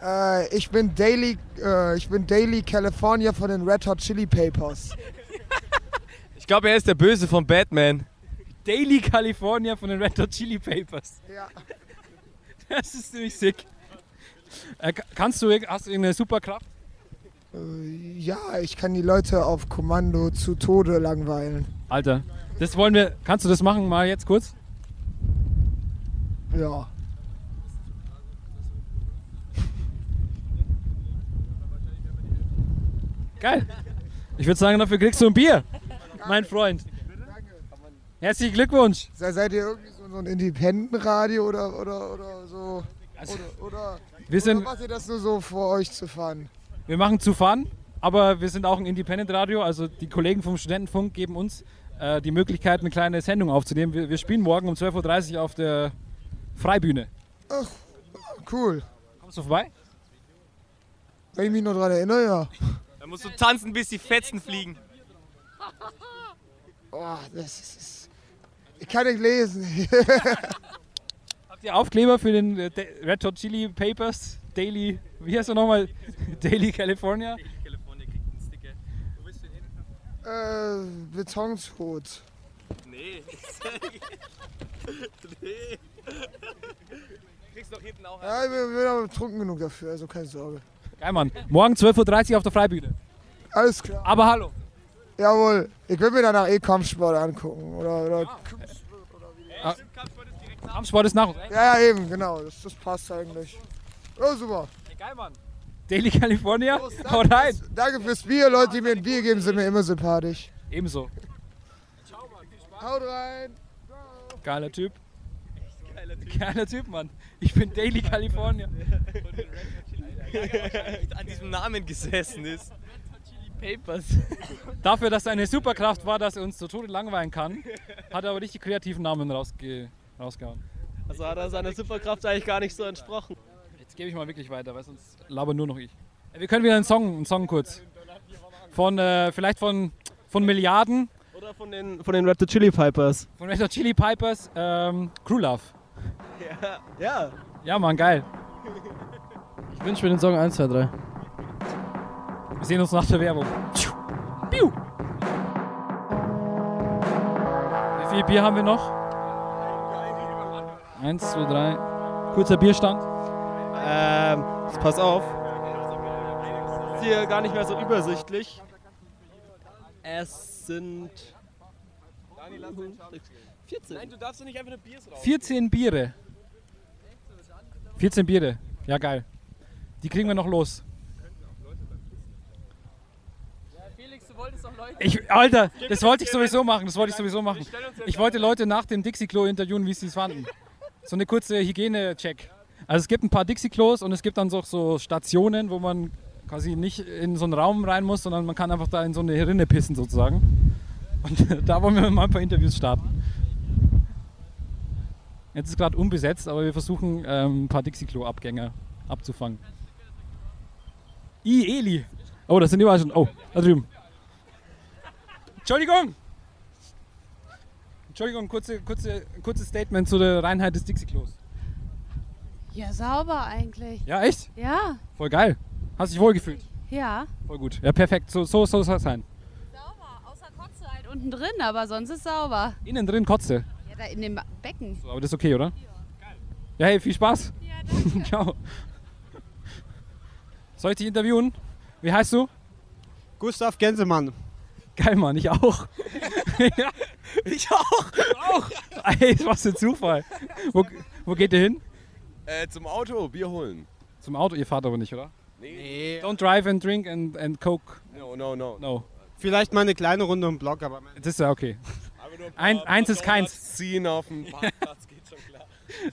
Speaker 17: Äh, ich bin Daily, äh, ich bin Daily California von den Red Hot Chili Papers.
Speaker 3: Ich glaube, er ist der Böse von Batman.
Speaker 2: Daily California von den Red Hot Chili Papers.
Speaker 17: Ja.
Speaker 2: Das ist ziemlich sick. Äh, ka- kannst du, irg- hast du irgendeine Superkraft?
Speaker 17: Äh, ja, ich kann die Leute auf Kommando zu Tode langweilen.
Speaker 2: Alter, das wollen wir. Kannst du das machen mal jetzt kurz?
Speaker 17: Ja.
Speaker 2: Geil. Ich würde sagen, dafür kriegst du ein Bier, mein Freund. Herzlichen Glückwunsch.
Speaker 17: Se- Seid ihr irgendwie so, so ein Independent-Radio oder, oder, oder so? Oder, oder,
Speaker 2: Also wir sind-
Speaker 17: oder macht ihr das nur so vor euch zu fahren?
Speaker 2: Wir machen zu fahren, aber wir sind auch ein Independent-Radio. Also die Kollegen vom Studentenfunk geben uns äh, die Möglichkeit, eine kleine Sendung aufzunehmen. Wir, wir spielen morgen um 12.30 Uhr auf der Freibühne.
Speaker 17: Ach, cool.
Speaker 2: Kommst du vorbei?
Speaker 17: Wenn ich mich noch dran erinnere, ja.
Speaker 12: Da musst du tanzen, bis die Fetzen fliegen.
Speaker 17: Oh, das ist, ist. Ich kann nicht lesen.
Speaker 2: Habt ihr Aufkleber für den äh, Da- Red Hot Chili Papers? Daily, wie heißt er nochmal? Daily California?
Speaker 17: äh, Betonschrot.
Speaker 12: Nee. nee. Kriegst noch hinten auch
Speaker 17: Ja, ich bin, bin aber trunken genug dafür, also keine Sorge.
Speaker 2: Geil, Mann. Morgen 12.30 Uhr auf der Freibühne.
Speaker 17: Alles klar.
Speaker 2: Aber hallo.
Speaker 17: Jawohl, ich würde mir danach eh Kampfsport angucken. Oder, oder
Speaker 2: Ah, Kampfsport ist nach uns.
Speaker 17: Ja, ja, eben, genau. Das, das passt eigentlich. Ja, super.
Speaker 2: Geil, Mann. Daily California? Hau rein.
Speaker 17: Danke fürs Bier. Leute, die mir ein Bier geben, sind mir immer sympathisch.
Speaker 2: Ebenso.
Speaker 17: Haut rein.
Speaker 2: Geiler Typ. Geiler Typ. Geiler Typ, Mann. Ich bin Daily California.
Speaker 12: An diesem Namen gesessen ist.
Speaker 23: Papers.
Speaker 2: Dafür, dass seine Superkraft war, dass er uns zu Tode langweilen kann, hat er aber richtig kreativen Namen rausge rausgehauen.
Speaker 4: Also hat er seiner Superkraft eigentlich gar nicht so entsprochen.
Speaker 2: Jetzt gebe ich mal wirklich weiter, weil sonst laber nur noch ich. Äh, Wir können wieder einen Song, einen Song kurz. Von, äh, vielleicht von, von Milliarden,
Speaker 4: Oder von den, von den Red Hot Chili Pipers.
Speaker 2: von Red Hot Chili Pipers, ähm, Crew Love.
Speaker 4: Ja. ja.
Speaker 2: Ja, Mann, geil.
Speaker 23: Ich wünsche mir den Song 1, 2, 3.
Speaker 2: Wir sehen uns nach der Werbung. Tschu. Piu. Wie viel Bier haben wir noch? Eins, zwei, drei. Kurzer Bierstand.
Speaker 4: Ähm, jetzt pass auf. Ist hier gar nicht mehr so übersichtlich. Es sind 14.
Speaker 3: Nein, du darfst doch nicht einfach nur Biers raus.
Speaker 2: 14 Biere. 14 Biere. Ja, geil. Die kriegen wir noch los.
Speaker 23: Felix, du wolltest doch Leute.
Speaker 2: Ich, Alter, das wollte ich sowieso machen. Das wollte ich sowieso machen. Ich wollte Leute nach dem Dixie-Klo interviewen, wie sie es fanden. So eine kurze Hygiene-Check. Also es gibt ein paar Dixie-Klos und es gibt dann so, so Stationen, wo man quasi nicht in so einen Raum rein muss, sondern man kann einfach da in so eine Rinne pissen sozusagen. Und da wollen wir mal ein paar Interviews starten. Jetzt ist gerade unbesetzt, aber wir versuchen ähm, ein paar Dixie-Klo-Abgänger abzufangen. I, Eli. Oh, das sind überall schon. Oh, da drüben. Entschuldigung! Entschuldigung, kurze, kurze, kurzes Statement zu der Reinheit des Dixie-Klos.
Speaker 1: Ja, sauber eigentlich.
Speaker 2: Ja, echt?
Speaker 1: Ja,
Speaker 2: Voll geil. Hast dich wohlgefühlt?
Speaker 1: ja.
Speaker 2: Voll gut. Ja, perfekt. So, so, so soll es sein.
Speaker 1: Halt unten drin, aber sonst ist sauber.
Speaker 2: Innen drin Kotze.
Speaker 1: Ja, da in dem Becken.
Speaker 2: So, aber das ist okay, oder? Ja, hey, viel Spaß. Ja, danke. Ciao. Soll ich dich interviewen? Wie heißt du?
Speaker 5: Gustav Gänsemann.
Speaker 2: Geil, Mann, ich auch. ja, ich auch. auch. Ey, was für ein Zufall. Wo, wo geht ihr hin?
Speaker 6: Äh, zum Auto, Bier holen.
Speaker 2: Zum Auto? Ihr fahrt aber nicht, oder?
Speaker 5: Nee.
Speaker 2: Don't drive and drink and, and coke.
Speaker 6: No, no, no.
Speaker 2: No.
Speaker 5: Vielleicht mal eine kleine Runde im Block, aber
Speaker 2: Das ist ja okay. Ein, eins ist keins.
Speaker 6: Ziehen auf dem Parkplatz geht schon klar.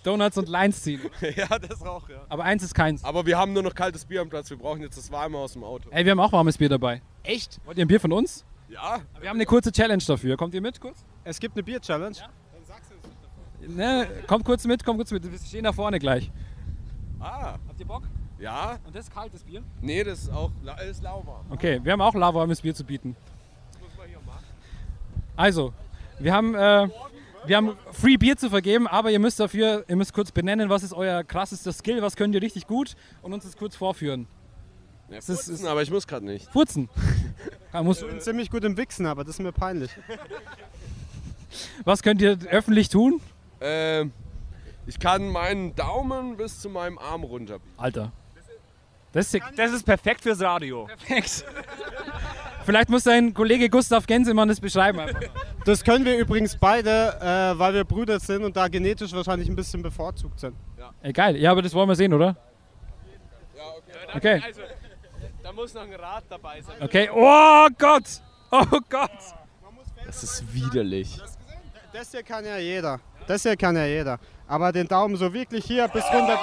Speaker 2: Donuts und Lines ziehen.
Speaker 6: ja, das auch, ja.
Speaker 2: Aber eins ist keins. Äh,
Speaker 6: Aber wir haben nur noch kaltes Bier am Platz. Wir brauchen jetzt das Warme aus dem Auto.
Speaker 2: Ey, wir haben auch warmes Bier dabei.
Speaker 5: Echt?
Speaker 2: Wollt ihr ein Bier von uns?
Speaker 6: Ja.
Speaker 2: Wir haben eine kurze Challenge dafür. Kommt ihr mit kurz?
Speaker 5: Es gibt eine Bier-Challenge.
Speaker 2: Ne, kommt kurz mit, kommt kurz mit. Wir stehen da vorne gleich.
Speaker 6: Ah.
Speaker 2: Habt ihr Bock?
Speaker 6: Ja.
Speaker 2: Und das ist kaltes Bier?
Speaker 6: Nee, das ist auch la- ist lauwarm.
Speaker 2: Okay, wir haben auch lauwarmes Bier zu bieten. Also, wir haben, äh, wir haben Free Bier zu vergeben, aber ihr müsst dafür, ihr müsst kurz benennen, was ist euer krassester Skill, was könnt ihr richtig gut und uns das kurz vorführen.
Speaker 6: Ja,
Speaker 2: Es ist-
Speaker 6: furzen,
Speaker 2: ist-
Speaker 6: aber ich muss gerade nicht.
Speaker 2: Furzen. Ja, musst
Speaker 5: Ich
Speaker 2: du-
Speaker 5: bin ziemlich gut im Wichsen, aber das ist mir peinlich.
Speaker 2: Was könnt ihr öffentlich tun?
Speaker 6: Ähm, ich kann meinen Daumen bis zu meinem Arm runter.
Speaker 2: Alter. Das ist sick.
Speaker 24: Das ist perfekt fürs Radio.
Speaker 2: Perfekt. Vielleicht muss dein Kollege Gustav Gänsemann das beschreiben. Einfach.
Speaker 5: Das können wir übrigens beide, äh, weil wir Brüder sind und da genetisch wahrscheinlich ein bisschen bevorzugt sind.
Speaker 2: Ey, geil. Ja, aber das wollen wir sehen, oder? Ja, okay.
Speaker 5: Also,
Speaker 3: Da muss noch ein Rad dabei sein.
Speaker 2: Okay. Oh Gott! Oh Gott!
Speaker 3: Das ist widerlich.
Speaker 5: Das hier kann ja jeder. Das hier kann ja jeder. Aber den Daumen so wirklich hier bis runter.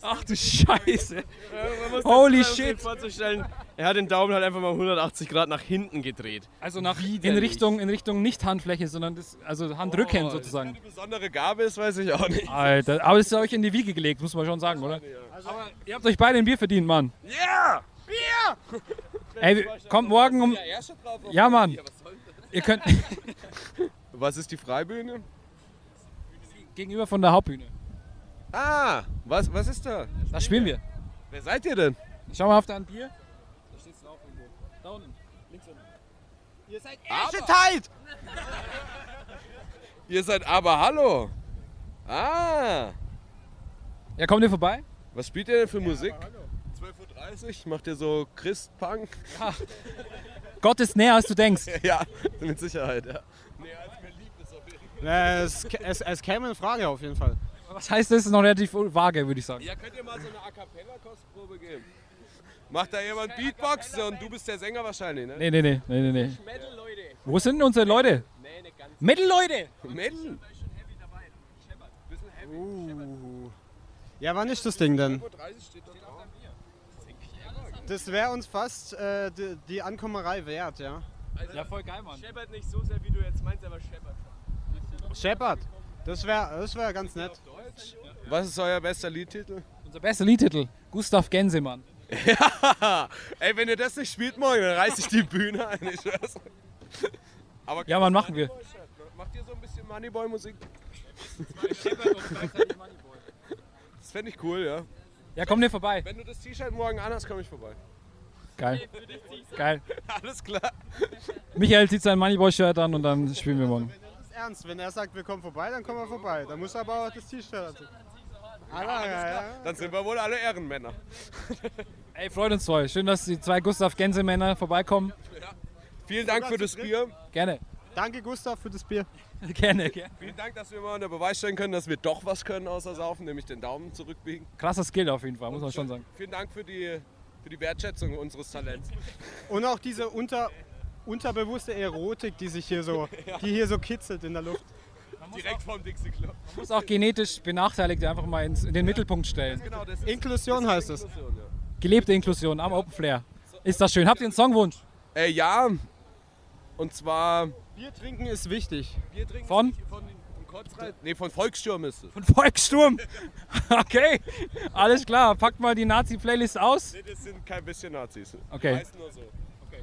Speaker 2: Ach du Scheiße.
Speaker 3: Man muss
Speaker 2: Holy
Speaker 3: dazu sagen, um
Speaker 2: shit.
Speaker 3: sich Vorzustellen, er hat den Daumen halt einfach mal 180 Grad nach hinten gedreht.
Speaker 2: Also nach in Richtung, in Richtung nicht Handfläche, sondern das, also Handrücken
Speaker 3: Oh,
Speaker 2: sozusagen.
Speaker 3: Eine besondere Gabe ist, weiß ich auch nicht.
Speaker 2: Alter, aber das ist euch in die Wiege gelegt, muss man schon sagen, oder? Aber ihr habt euch beide ein Bier verdient, Mann.
Speaker 3: Yeah!
Speaker 25: Bier!
Speaker 2: Ey, wir- kommt morgen um. Ja, Mann. Ihr könnt
Speaker 12: Was ist die Freibühne?
Speaker 2: gegenüber von der Hauptbühne.
Speaker 12: Ah, was, was ist da?
Speaker 2: Da spielen wir.
Speaker 12: Wer seid ihr denn?
Speaker 2: Schau mal auf dein Bier. Da steht's auch irgendwo. Da unten. Links unten.
Speaker 25: Ihr seid
Speaker 12: Eschetheit! Ihr seid aber hallo. Ah.
Speaker 2: Ja, kommt ihr vorbei?
Speaker 12: Was spielt ihr denn für Musik? 12.30 Uhr, macht ihr so Christpunk?
Speaker 2: Ja. Gott ist näher, als du denkst.
Speaker 12: ja, mit Sicherheit, ja.
Speaker 5: Äh, es, es, es käme in Frage auf jeden Fall.
Speaker 2: Was heißt das? Ist noch relativ vage, würde ich sagen.
Speaker 12: Ja, könnt ihr mal so eine A Cappella-Kostprobe geben? Macht da jemand Beatbox und du bist der Sänger wahrscheinlich, ne?
Speaker 2: Nee, nee, nee, nee, nee. nee. Wo sind denn unsere Leute? Metal-Leute!
Speaker 12: Mädel?
Speaker 5: Uh. Ja, wann ist das Ding denn?
Speaker 2: genau
Speaker 5: Das wäre uns fast äh, die, die Ankommerei wert, ja.
Speaker 2: ja, voll geil, Mann.
Speaker 3: Scheppert nicht so sehr, wie du jetzt meinst, aber scheppert
Speaker 5: Shepard, das wäre das wär ganz nett.
Speaker 12: Was ist euer bester Liedtitel?
Speaker 2: Unser bester Liedtitel: Gustav Gänsemann.
Speaker 12: Ey, wenn ihr das nicht spielt morgen, dann reiß ich die Bühne ein, ich schwör's. Aber
Speaker 2: Ja, Mann, machen wir.
Speaker 12: Macht ihr so ein bisschen Moneyboy-Musik? Das fände ich cool, ja.
Speaker 2: Ja, komm dir vorbei.
Speaker 12: Wenn du das T-Shirt morgen anhast, komme ich vorbei.
Speaker 2: Geil. Geil.
Speaker 12: Alles klar.
Speaker 2: Michael zieht sein Moneyboy-Shirt an und dann spielen wir morgen.
Speaker 5: Das ist ernst, wenn er sagt, wir kommen vorbei, dann kommen wir vorbei. Dann muss er aber auch das T-Shirt dazu. Ah, ja, ja, ja.
Speaker 12: Dann sind wir wohl alle Ehrenmänner.
Speaker 2: Ey, freut uns voll. Schön, dass die zwei Gustav Gänsemänner vorbeikommen.
Speaker 12: Vielen Dank für das Bier.
Speaker 2: Gerne.
Speaker 5: Danke, Gustav, für das Bier.
Speaker 2: Gerne, gerne.
Speaker 12: Vielen Dank, dass wir mal unter Beweis stellen können, dass wir doch was können außer saufen, nämlich den Daumen zurückbiegen.
Speaker 2: Krasser Skill auf jeden Fall, muss man schon sagen.
Speaker 12: Vielen Dank für die, für die Wertschätzung unseres Talents.
Speaker 5: Und auch diese unter, unterbewusste Erotik, die sich hier so, die hier so kitzelt in der Luft.
Speaker 12: Direkt vom Dixie Club.
Speaker 2: Muss auch genetisch Benachteiligte einfach mal ins, in den Mittelpunkt stellen.
Speaker 12: Genau, das
Speaker 5: Inklusion heißt es.
Speaker 2: Gelebte Inklusion am Open Flair. Ist das schön. Habt ihr einen Songwunsch?
Speaker 12: Äh, ja. Und zwar.
Speaker 5: Bier trinken ist wichtig.
Speaker 12: Bier trinken
Speaker 2: Von?
Speaker 12: Von, von Kotzreit? Nee, von Volkssturm ist es.
Speaker 2: Von Volkssturm. Okay, alles klar. Packt mal die Nazi-Playlist aus.
Speaker 12: Nee, das sind kein bisschen Nazis.
Speaker 2: Okay.
Speaker 12: Die meisten nur so.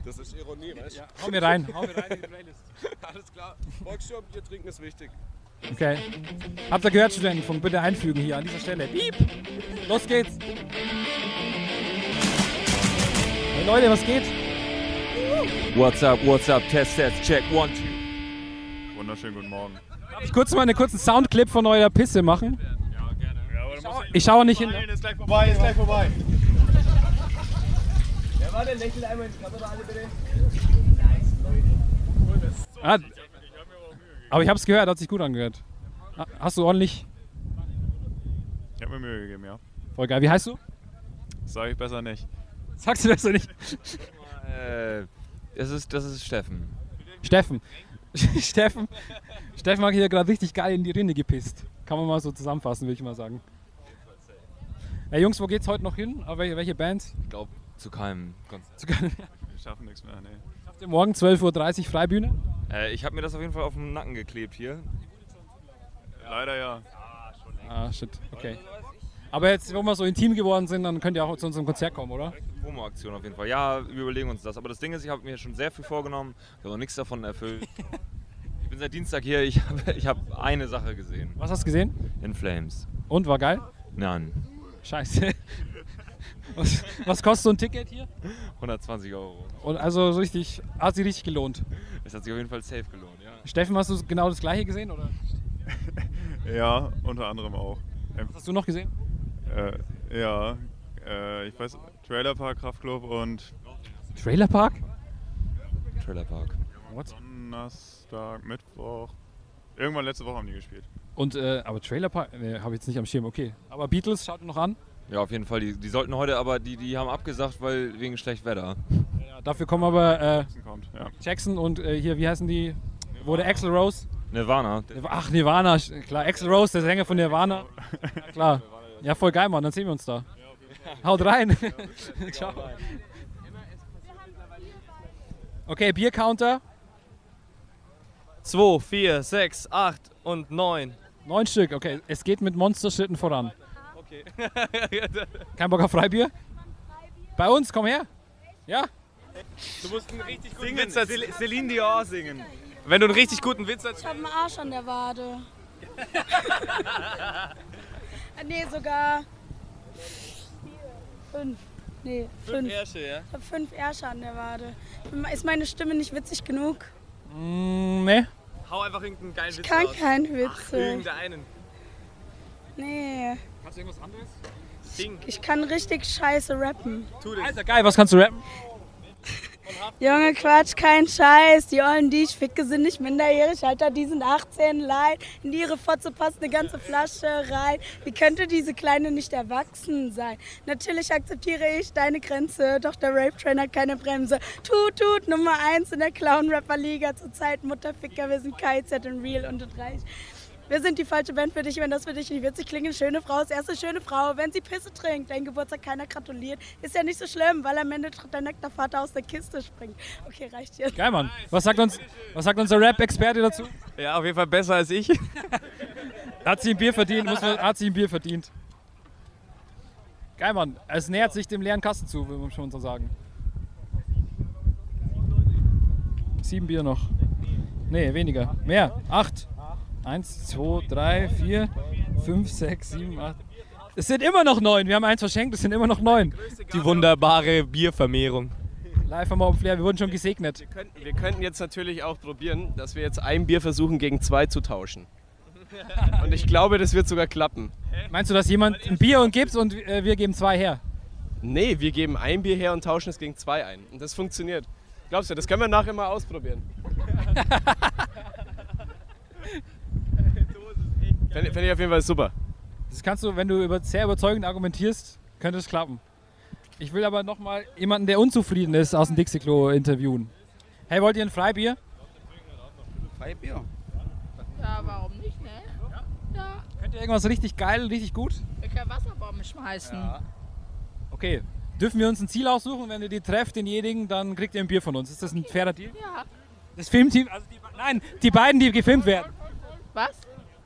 Speaker 12: Das ist Ironie, weißt du? Ja,
Speaker 2: hau mir rein, hau mir rein in die
Speaker 12: Playlist. Alles klar. Volkssturm, Bier trinken ist wichtig.
Speaker 2: Okay. Habt ihr gehört, Studenten? Von bitte einfügen hier an dieser Stelle. Piep. Los geht's. Hey Leute, was geht?
Speaker 7: What's up, what's up, Test, Test, Check, One, Two.
Speaker 26: Wunderschönen guten Morgen.
Speaker 2: Darf ich kurz mal einen kurzen Soundclip von eurer Pisse machen? Ich schaue nicht hin.
Speaker 27: Ist gleich vorbei, ist gleich vorbei.
Speaker 4: Wer war denn? Lächelt einmal ins Kamera, alle bitte.
Speaker 2: Ah, aber ich hab's gehört, hat sich gut angehört. Ah, Hast du ordentlich?
Speaker 7: Ich habe mir Mühe gegeben, ja.
Speaker 2: Voll geil. Wie heißt du?
Speaker 7: Sag ich besser nicht.
Speaker 2: Sagst du das oder nicht?
Speaker 7: Äh, das ist, das ist Steffen.
Speaker 2: Steffen. Steffen. Steffen hat hier gerade richtig geil in die Rinde gepisst. Kann man mal so zusammenfassen, würde ich mal sagen. Hey Jungs, wo geht's heute noch hin? Auf welche, welche Bands?
Speaker 7: Ich glaube, zu keinem.
Speaker 2: Zu keinem.
Speaker 7: Wir schaffen nichts mehr, nee.
Speaker 2: Habt ihr Morgen 12.30 Uhr Freibühne?
Speaker 7: Äh, ich habe mir das auf jeden Fall auf den Nacken geklebt hier. Leider ja.
Speaker 2: Ah, shit, okay. Aber jetzt, wo wir so intim geworden sind, dann könnt ihr auch zu unserem Konzert kommen, oder?
Speaker 7: Promo-Aktion auf jeden Fall. Ja, wir überlegen uns das. Aber das Ding ist, ich habe mir schon sehr viel vorgenommen. Ich habe noch nichts davon erfüllt. ich bin seit Dienstag hier. Ich habe ich hab eine Sache gesehen.
Speaker 2: Was hast du gesehen?
Speaker 7: In Flames.
Speaker 2: Und, war geil?
Speaker 7: Nein.
Speaker 2: Scheiße. Was, was kostet so ein Ticket hier?
Speaker 7: 120 Euro.
Speaker 2: Und also so richtig, hat sich richtig gelohnt.
Speaker 7: Es hat sich auf jeden Fall safe gelohnt, ja.
Speaker 2: Steffen, hast du genau das gleiche gesehen, oder?
Speaker 8: Ja, unter anderem auch. Ähm,
Speaker 2: Was hast du noch gesehen?
Speaker 8: Äh, ja, äh, ich weiß, Trailerpark, Kraftclub und
Speaker 2: Trailerpark?
Speaker 7: Trailerpark.
Speaker 8: Donnerstag, Mittwoch. Irgendwann letzte Woche haben die gespielt.
Speaker 2: äh, Und, äh, aber Trailerpark, ne, habe ich jetzt nicht am Schirm, okay. Aber Beatles, schaut ihr noch an?
Speaker 7: Ja, auf jeden Fall. Die, die sollten heute aber, die, die haben abgesagt, weil wegen schlechtem Wetter.
Speaker 2: Ja, dafür kommen aber äh, Jackson, und äh, hier, wie heißen die? Wurde Axel Rose?
Speaker 7: Nirvana.
Speaker 2: Ach, Nirvana, klar. Axel Rose, der Sänger von Nirvana. Ja, klar. Ja, voll geil, Mann. Dann sehen wir uns da. Haut rein. Ciao. Okay, Biercounter.
Speaker 28: 2, 4, 6, 8 und 9.
Speaker 2: Neun Stück, okay. Es geht mit Monsterschritten voran. Kein Bock auf Freibier? Bei uns, komm her. Ja?
Speaker 24: Du musst einen richtig guten
Speaker 6: Singen,
Speaker 24: Witz als
Speaker 6: Cel-
Speaker 24: Celine Dior singen. Wenn du einen richtig guten Witz als
Speaker 9: Ich habe einen Arsch an der Wade. nee, sogar fünf. Nee,
Speaker 28: Fünf
Speaker 9: fünf.
Speaker 28: Ärsche, ja?
Speaker 9: Ich habe fünf Ärsche an der Wade. Ist meine Stimme nicht witzig genug?
Speaker 2: Mm, nee.
Speaker 28: Hau einfach irgendeinen geilen Witz
Speaker 9: Ich kann
Speaker 28: raus.
Speaker 9: keinen
Speaker 28: Ach,
Speaker 9: Witz.
Speaker 28: irgendeinen.
Speaker 9: Nee.
Speaker 28: Kannst du irgendwas anderes? Sing.
Speaker 9: Ich kann richtig scheiße rappen.
Speaker 28: Tu das.
Speaker 2: Alter, geil, was kannst du rappen?
Speaker 9: Junge, Quatsch, kein Scheiß. Die Ollen, die ich ficke, sind nicht minderjährig. Alter, die sind 18, leid. In ihre Fotze passt eine ganze Flasche rein. Wie könnte diese Kleine nicht erwachsen sein? Natürlich akzeptiere ich deine Grenze, doch der Rape Train hat keine Bremse. Tut, tut, Nummer 1 in der Clown-Rapper-Liga. Zurzeit Mutterficker, wir sind KZ und Real und das reicht. Wir sind die falsche Band für dich, wenn das für dich nicht witzig klingt. Eine schöne Frau ist erst eine schöne Frau. Wenn sie Pisse trinkt, dein Geburtstag keiner gratuliert, ist ja nicht so schlimm, weil am Ende tr- dein nackter Vater aus der Kiste springt. Okay, reicht jetzt.
Speaker 2: Geil, Mann. Was sagt, uns, was sagt unser Rap-Experte dazu?
Speaker 28: Ja, auf jeden Fall besser als ich.
Speaker 2: Hat sie ein Bier verdient, muss man, hat sie ein Bier verdient. Geil, Mann. Es nähert sich dem leeren Kasten zu, will man schon so sagen. Sieben Bier noch. Nee, weniger. Mehr. Acht. Eins, zwei, drei, vier, fünf, sechs, sieben, acht. Es sind immer noch neun. Wir haben eins verschenkt, es sind immer noch neun.
Speaker 28: Die wunderbare Biervermehrung.
Speaker 2: Live am Open Flair, wir wurden schon gesegnet.
Speaker 3: Wir könnten, wir könnten jetzt natürlich auch probieren, dass wir jetzt ein Bier versuchen, gegen zwei zu tauschen. Und ich glaube, das wird sogar klappen.
Speaker 2: Meinst du, dass jemand ein Bier und gibt und äh, wir geben zwei her?
Speaker 3: Nee, wir geben ein Bier her und tauschen es gegen zwei ein. Und das funktioniert. Glaubst du, das können wir nachher mal ausprobieren. Fände fänd ich auf jeden Fall super.
Speaker 2: Das kannst du, wenn du über, sehr überzeugend argumentierst, könnte es klappen. Ich will aber nochmal jemanden, der unzufrieden ist, aus dem Dixie-Klo interviewen. Hey, wollt ihr ein Freibier?
Speaker 11: Freibier.
Speaker 13: Ja, warum nicht, ne? Ja.
Speaker 2: Könnt ihr irgendwas richtig geil, richtig gut?
Speaker 13: Wir können Wasserbomben schmeißen.
Speaker 2: Okay. Dürfen wir uns ein Ziel aussuchen? Wenn ihr die trefft, denjenigen, dann kriegt ihr ein Bier von uns. Ist das ein fairer Deal?
Speaker 13: Ja.
Speaker 2: Das Filmteam, also die, nein, die beiden, die gefilmt werden.
Speaker 13: Was?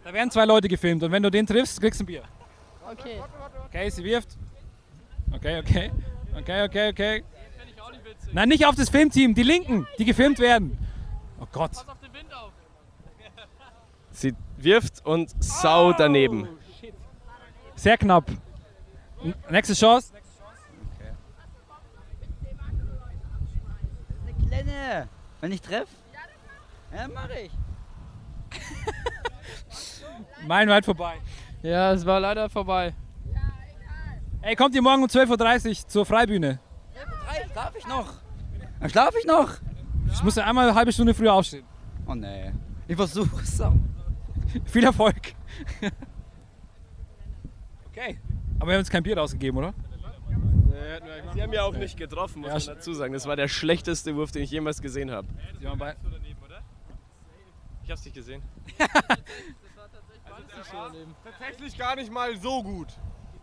Speaker 2: Da werden zwei Leute gefilmt und wenn du den triffst, kriegst du ein Bier.
Speaker 13: Okay.
Speaker 2: Okay, sie wirft. Okay, okay. Okay, okay, okay. Nein, nicht auf das Filmteam, die Linken, die gefilmt werden. Oh Gott.
Speaker 3: Sie wirft und
Speaker 2: Oh,
Speaker 3: sau daneben.
Speaker 2: Sehr knapp. N- Nächste Chance.
Speaker 11: Kleine. Wenn ich treffe? Ja, mach ich.
Speaker 2: Meilenweit vorbei.
Speaker 23: Ja, es war leider vorbei.
Speaker 2: Ey, kommt ihr morgen um 12.30 Uhr zur Freibühne?
Speaker 11: Darf ich noch? Dann schlaf ich noch.
Speaker 2: Ich muss ja einmal eine halbe Stunde früher aufstehen.
Speaker 11: Oh nee. Ich versuch's.
Speaker 2: Viel Erfolg. okay. Aber wir haben jetzt kein Bier rausgegeben, oder?
Speaker 3: Sie haben ja auch nicht getroffen, muss man dazu sagen. Das war der schlechteste Wurf, den ich jemals gesehen habe.
Speaker 28: Ich hab's nicht gesehen.
Speaker 6: Tatsächlich gar nicht mal so gut.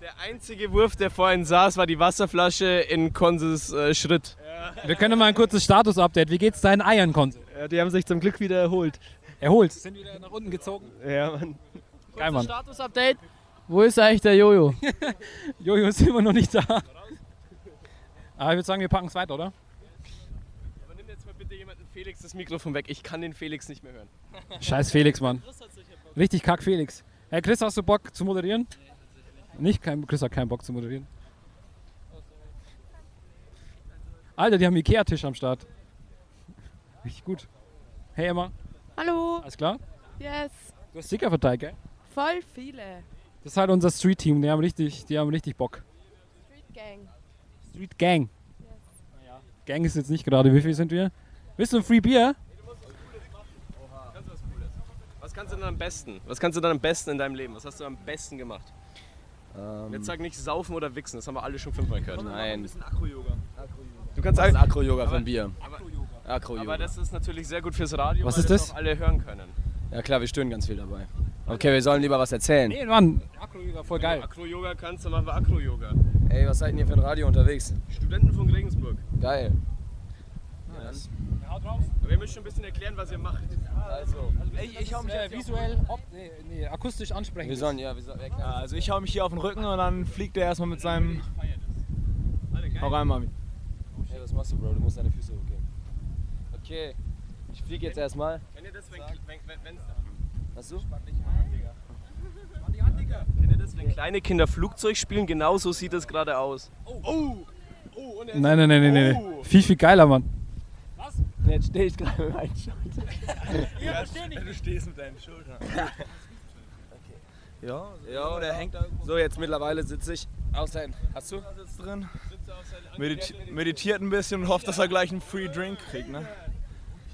Speaker 3: Der einzige Wurf, der vorhin saß, war die Wasserflasche in Konses äh, Schritt.
Speaker 2: Wir können mal ein kurzes Status-Update. Wie geht's deinen Eiern, Konto?
Speaker 28: Ja, die haben sich zum Glück wieder erholt.
Speaker 2: Erholt. Sind wieder nach unten gezogen.
Speaker 28: Ja, Mann.
Speaker 2: Geil, Mann.
Speaker 23: Status-Update. Wo ist eigentlich der Jojo?
Speaker 2: Jojo ist immer noch nicht da. Aber ich würde sagen, wir packen es weiter, oder?
Speaker 3: Aber nimm jetzt mal bitte jemanden Felix das Mikrofon weg. Ich kann den Felix nicht mehr hören.
Speaker 2: Scheiß Felix, Mann. Richtig kack Felix. Hey Chris, hast du Bock zu moderieren? Nicht, kein, Chris hat keinen Bock zu moderieren. Alter, die haben einen Ikea-Tisch am Start. Richtig gut. Hey Emma,
Speaker 14: Hallo.
Speaker 2: alles klar?
Speaker 14: Yes.
Speaker 2: Du hast Sticker verteilt, gell?
Speaker 14: Voll viele.
Speaker 2: Das ist halt unser Street-Team, die haben richtig, die haben richtig Bock.
Speaker 14: Street Gang.
Speaker 2: Street Gang. Gang ist jetzt nicht gerade, wie viel sind wir? Willst du ein Free Bier?
Speaker 3: Was kannst du denn am besten? Was kannst du denn am besten in deinem Leben? Was hast du am besten gemacht? Ähm Jetzt sag nicht saufen oder wichsen, das haben wir alle schon fünfmal gehört.
Speaker 4: Nein.
Speaker 3: Das ist
Speaker 4: Akro-Yoga.
Speaker 3: Du kannst
Speaker 4: Das ist
Speaker 3: sagen-
Speaker 4: Akro-Yoga
Speaker 3: Aber-
Speaker 4: von Bier.
Speaker 3: aber-
Speaker 4: Akro-Yoga.
Speaker 3: Aber das ist natürlich sehr gut fürs Radio,
Speaker 4: Was
Speaker 3: weil
Speaker 4: ist
Speaker 3: das
Speaker 4: das?
Speaker 3: auch alle hören können.
Speaker 4: Ja klar, wir stören ganz viel dabei. Okay, wir sollen lieber was erzählen.
Speaker 3: Nee,
Speaker 2: Mann, Akro-Yoga,
Speaker 3: voll geil. Wenn du Akro-Yoga kannst, dann machen wir Akro-Yoga.
Speaker 4: Ey, was seid denn ihr für ein Radio unterwegs?
Speaker 3: Studentenfunk Regensburg.
Speaker 4: Geil.
Speaker 3: Ja, dann- Ja, haut drauf. Aber ihr müsst schon ein bisschen erklären, was ihr macht. Also,
Speaker 2: ich, hau mich äh, visuell, ob, nee, nee, akustisch ansprechen.
Speaker 4: Wir sollen, ja, wir sollen.
Speaker 5: Ja, Also ich hau mich hier auf den Rücken und dann fliegt er erstmal mit seinem... Hau rein, Mami.
Speaker 4: Ey, was machst du, Bro? Du musst deine Füße hochgeben. Okay, ich fliege jetzt erstmal.
Speaker 3: Kennt ihr das, wenn, wenn, wenn, wenn's
Speaker 4: Was du?
Speaker 3: Kennt ihr das, wenn kleine Kinder Flugzeug spielen? Genau so sieht das gerade aus. Oh! Oh! und er-
Speaker 2: Nein, nein, nein, nein, nein.
Speaker 3: Oh.
Speaker 2: Viel, viel geiler, Mann.
Speaker 4: Jetzt stehe ich gerade mit meinen Schultern.
Speaker 5: Ja, versteh nicht. Du stehst mit deinen Schultern.
Speaker 4: Ja, ja, der hängt da irgendwo. So, jetzt mittlerweile sitze ich auf sein. Hast du? Sitzt drin.
Speaker 5: Medit meditiert ein bisschen und hofft, dass er gleich einen Free Drink kriegt, ne?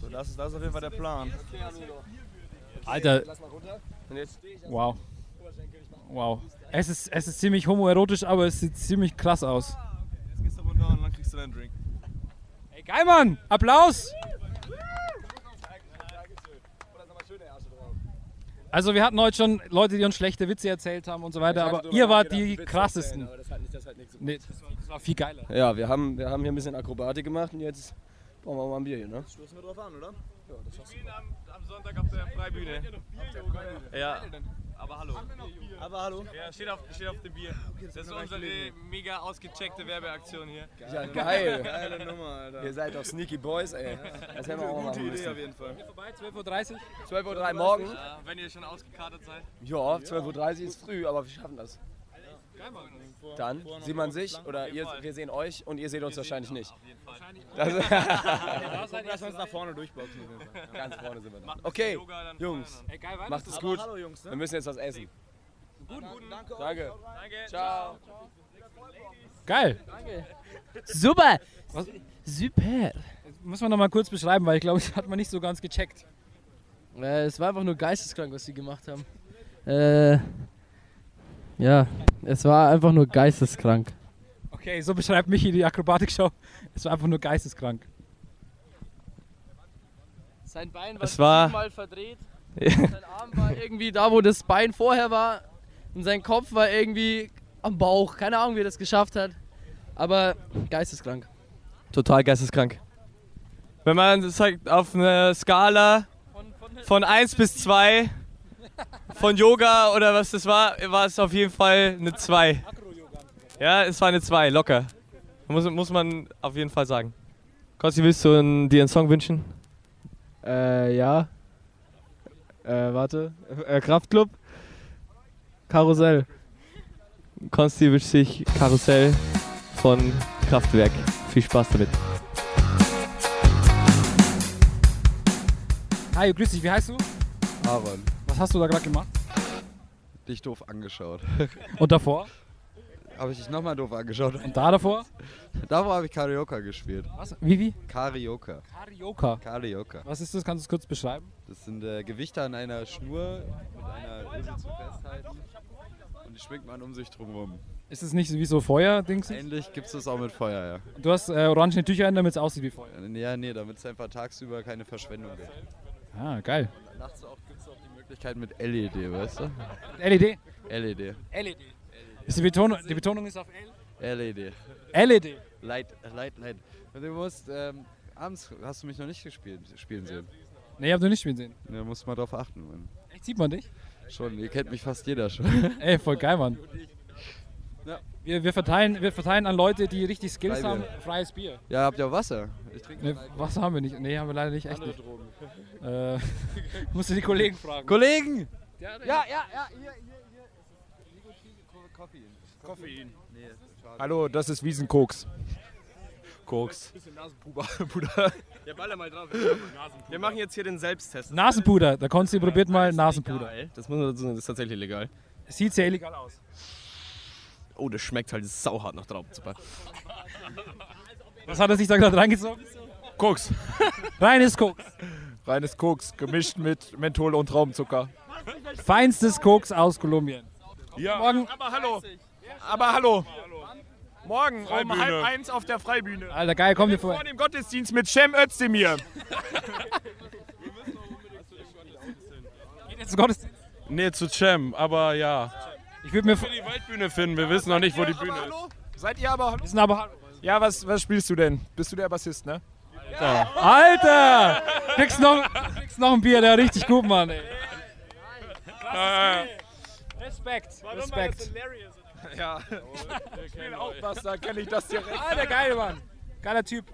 Speaker 5: So, das ist, das ist auf jeden Fall der Plan.
Speaker 2: Alter.
Speaker 4: Lass mal runter.
Speaker 3: Und jetzt stehe ich
Speaker 2: Wow. Wow. Es ist, es ist ziemlich homoerotisch, aber es sieht ziemlich krass aus.
Speaker 5: Jetzt gehst du runter und dann kriegst du deinen Drink.
Speaker 2: Ey, geil, Mann! Applaus! Also wir hatten heute schon Leute, die uns schlechte Witze erzählt haben und so weiter, aber ihr wart die krassesten. Nee, das war- das war viel geiler.
Speaker 4: Ja, wir haben, wir haben hier ein bisschen Akrobatik gemacht und jetzt brauchen wir mal ein Bier hier, ne?
Speaker 5: Stoßen wir drauf an, oder? Ja, das schaffst du. Am, am Sonntag auf der Freibühne. Ja. Aber hallo. Aber hallo. Ja, steht auf, steht auf dem Bier. Das ist unsere mega ausgecheckte Werbeaktion hier.
Speaker 4: Ja, geil.
Speaker 5: Geile Nummer, Alter.
Speaker 4: Ihr seid doch Sneaky Boys, ey. Das hätten wir auch mal
Speaker 5: Gute
Speaker 4: machen
Speaker 5: Idee auf
Speaker 4: müssen.
Speaker 5: jeden Fall.
Speaker 2: 12.30 Uhr?
Speaker 4: 12.03 Uhr morgen.
Speaker 5: Ja, wenn ihr schon ausgekartet seid.
Speaker 4: Ja, 12.30 Uhr ist früh, aber wir schaffen das. Dann
Speaker 5: Vor-
Speaker 12: um
Speaker 4: sieht man sich oder
Speaker 5: jeden
Speaker 4: ihr,
Speaker 5: Fall.
Speaker 4: wir sehen euch und ihr seht uns wahrscheinlich nicht.
Speaker 5: Das
Speaker 4: Das
Speaker 5: Gucken, dass wir uns nach vorne durchboxen.
Speaker 4: Ganz vorne sind wir dann.
Speaker 5: Macht ein
Speaker 4: Okay,
Speaker 5: bisschen Yoga, dann
Speaker 4: Jungs,
Speaker 5: feiern wir. Ey, geil, Weihnachten.
Speaker 4: macht es
Speaker 5: Aber
Speaker 4: gut.
Speaker 5: hallo, Jungs, ne?
Speaker 4: Wir müssen jetzt was essen.
Speaker 5: Danke.
Speaker 4: Danke.
Speaker 5: Danke.
Speaker 4: Ciao.
Speaker 2: Geil. Super. Was? Super. Muss man nochmal kurz beschreiben, weil ich glaube, das hat man nicht so ganz gecheckt.
Speaker 29: Äh, es war einfach nur geisteskrank, was sie gemacht haben. Äh, ja, es war einfach nur geisteskrank.
Speaker 2: Okay, so beschreibt Michi die Akrobatikshow. Es war einfach nur geisteskrank.
Speaker 29: Sein Bein
Speaker 2: Es war-
Speaker 29: siebenmal verdreht. sein Arm war irgendwie da, wo das Bein vorher war. Und sein Kopf war irgendwie am Bauch. Keine Ahnung, wie er das geschafft hat. Aber geisteskrank.
Speaker 5: Total geisteskrank. Wenn man sagt, auf eine Skala von 1 bis 2 von Yoga oder was das war, war es auf jeden Fall eine 2. Ja, es war eine 2, locker. Muss, muss man auf jeden Fall sagen. Kosti, willst du einen- dir einen Song wünschen?
Speaker 4: Äh, ja. Äh, warte.
Speaker 5: Äh, Kraftclub? Karussell. Konsti wünscht sich Karussell von Kraftwerk. Viel Spaß damit.
Speaker 2: Hi, grüß dich, wie heißt du?
Speaker 12: Aaron,
Speaker 2: Was hast du da gerade gemacht?
Speaker 12: dich doof angeschaut.
Speaker 2: Und davor?
Speaker 12: Habe ich dich nochmal doof angeschaut. Und
Speaker 2: da davor?
Speaker 12: Davor habe ich Karaoke gespielt.
Speaker 2: Was? Wie, wie?
Speaker 12: Karaoke.
Speaker 2: Karaoke.
Speaker 12: Karaoke.
Speaker 2: Was ist das? Kannst du es kurz beschreiben?
Speaker 12: Das sind äh, Gewichte an einer Schnur mit einer Öse zu festhalten. Und die schwingt man um sich drum rum.
Speaker 2: Ist es nicht wie so Feuer-Dings?
Speaker 12: Ähnlich gibt es das auch mit Feuer, ja.
Speaker 2: Du hast äh, orangene Tücher an, damit es aussieht wie Feuer.
Speaker 12: Ja, nee, damit es einfach tagsüber keine Verschwendung gibt.
Speaker 2: Ah, geil.
Speaker 12: Nachts auch gibt es auch die Möglichkeit mit LED, weißt du? E
Speaker 2: LED?
Speaker 12: LED.
Speaker 2: LED. Ist die, Betonung, die Betonung E ist auf L? E
Speaker 12: LED.
Speaker 2: LED.
Speaker 12: E Light, light, light. Und du musst, ähm, abends hast du mich noch nicht gespielt, spielen sehen.
Speaker 2: Nee, hab du nicht spielen sehen.
Speaker 12: Da musst du mal drauf achten, Mann.
Speaker 2: Echt, sieht man dich?
Speaker 12: Schon, ihr kennt mich fast jeder schon.
Speaker 2: Ey, voll geil, Mann. Wir, wir, verteilen, wir verteilen an Leute, die richtig Skills
Speaker 12: Freibier.
Speaker 2: haben, freies Bier.
Speaker 12: Ja, habt ihr auch Wasser? Ich trinke
Speaker 2: Nee, Wasser haben wir nicht. Nee, haben wir leider nicht. Echt nicht. Äh, musst du die Kollegen fragen.
Speaker 12: Kollegen!
Speaker 2: Ja,
Speaker 12: ja, ja, hier, hier, hier. Nikotin, Koffein. Koffein. Nee, schade.
Speaker 30: Hallo, das ist Wiesenkoks. Koks.
Speaker 3: Bisschen
Speaker 30: Nasenpuder.
Speaker 3: Ja, baller mal drauf. Wir machen jetzt hier den Selbsttest.
Speaker 2: Nasenpuder. Der Konsti probiert mal Nasenpuder.
Speaker 3: Geil. Das muss man dazu sagen, das ist tatsächlich legal.
Speaker 2: Sieht sehr illegal aus.
Speaker 3: Oh, das schmeckt halt sauhart nach Traubenzucker.
Speaker 2: Was hat er sich da gerade reingezogen?
Speaker 30: Koks.
Speaker 2: Reines Koks.
Speaker 30: Reines Koks, gemischt mit Menthol und Traubenzucker.
Speaker 2: Feinstes Koks aus Kolumbien.
Speaker 30: Ja,
Speaker 2: Morgen.
Speaker 30: aber hallo.
Speaker 12: Aber hallo. Morgen um
Speaker 2: Freibühne.
Speaker 12: halb eins auf der Freibühne.
Speaker 2: Alter, geil, komm dir vor.
Speaker 12: Vor dem Gottesdienst mit Cem Özdemir.
Speaker 2: Geht jetzt ein Gottesdienst?
Speaker 31: Nee, zu Cem, aber ja.
Speaker 2: Ich würde mir
Speaker 31: die Waldbühne finden, wir wissen noch nicht, wo die Bühne ist.
Speaker 12: Seid ihr aber hallo?
Speaker 2: Sind aber hallo.
Speaker 12: Ja, was, was spielst du denn? Bist du der Bassist, ne?
Speaker 2: Alter! Kriegst noch, kriegst noch ein Bier, der richtig gut, Mann. Ey. Respekt, Respekt.
Speaker 12: Ja.
Speaker 2: Oh,
Speaker 12: Ich bin auch Bass, da kenne ich das direkt.
Speaker 2: Alter, geil, Ah, Mann. Geiler Typ.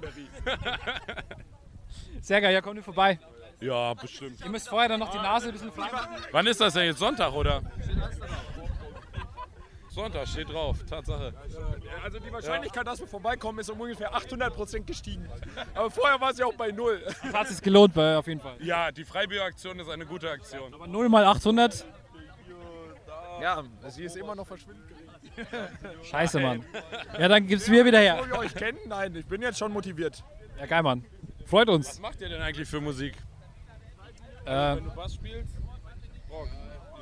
Speaker 2: Sehr geil, ja, komm dir vorbei.
Speaker 31: Ja, bestimmt.
Speaker 2: Ihr müsst vorher dann noch die Nase ein bisschen flachen.
Speaker 31: Wann ist das denn jetzt? Sonntag, oder? Sonntag steht drauf, Tatsache.
Speaker 12: Also die Wahrscheinlichkeit, dass wir vorbeikommen, ist um ungefähr 800% gestiegen. Aber vorher war sie auch bei null.
Speaker 2: Hat sich gelohnt, bei, auf jeden Fall.
Speaker 31: Ja, die Freibieraktion ist eine gute Aktion.
Speaker 2: Aber 0 mal 800.
Speaker 12: Ja, sie ist immer noch verschwindend gering.
Speaker 2: Scheiße, Mann. Ja, dann gib's mir wieder her.
Speaker 12: Wo wir euch kennen? Nein, ich bin jetzt schon motiviert.
Speaker 2: Ja, geil, Mann. Freut
Speaker 31: Was
Speaker 2: uns.
Speaker 31: macht ihr denn eigentlich für Musik?
Speaker 2: Äh,
Speaker 31: du Bass spielst, Rock.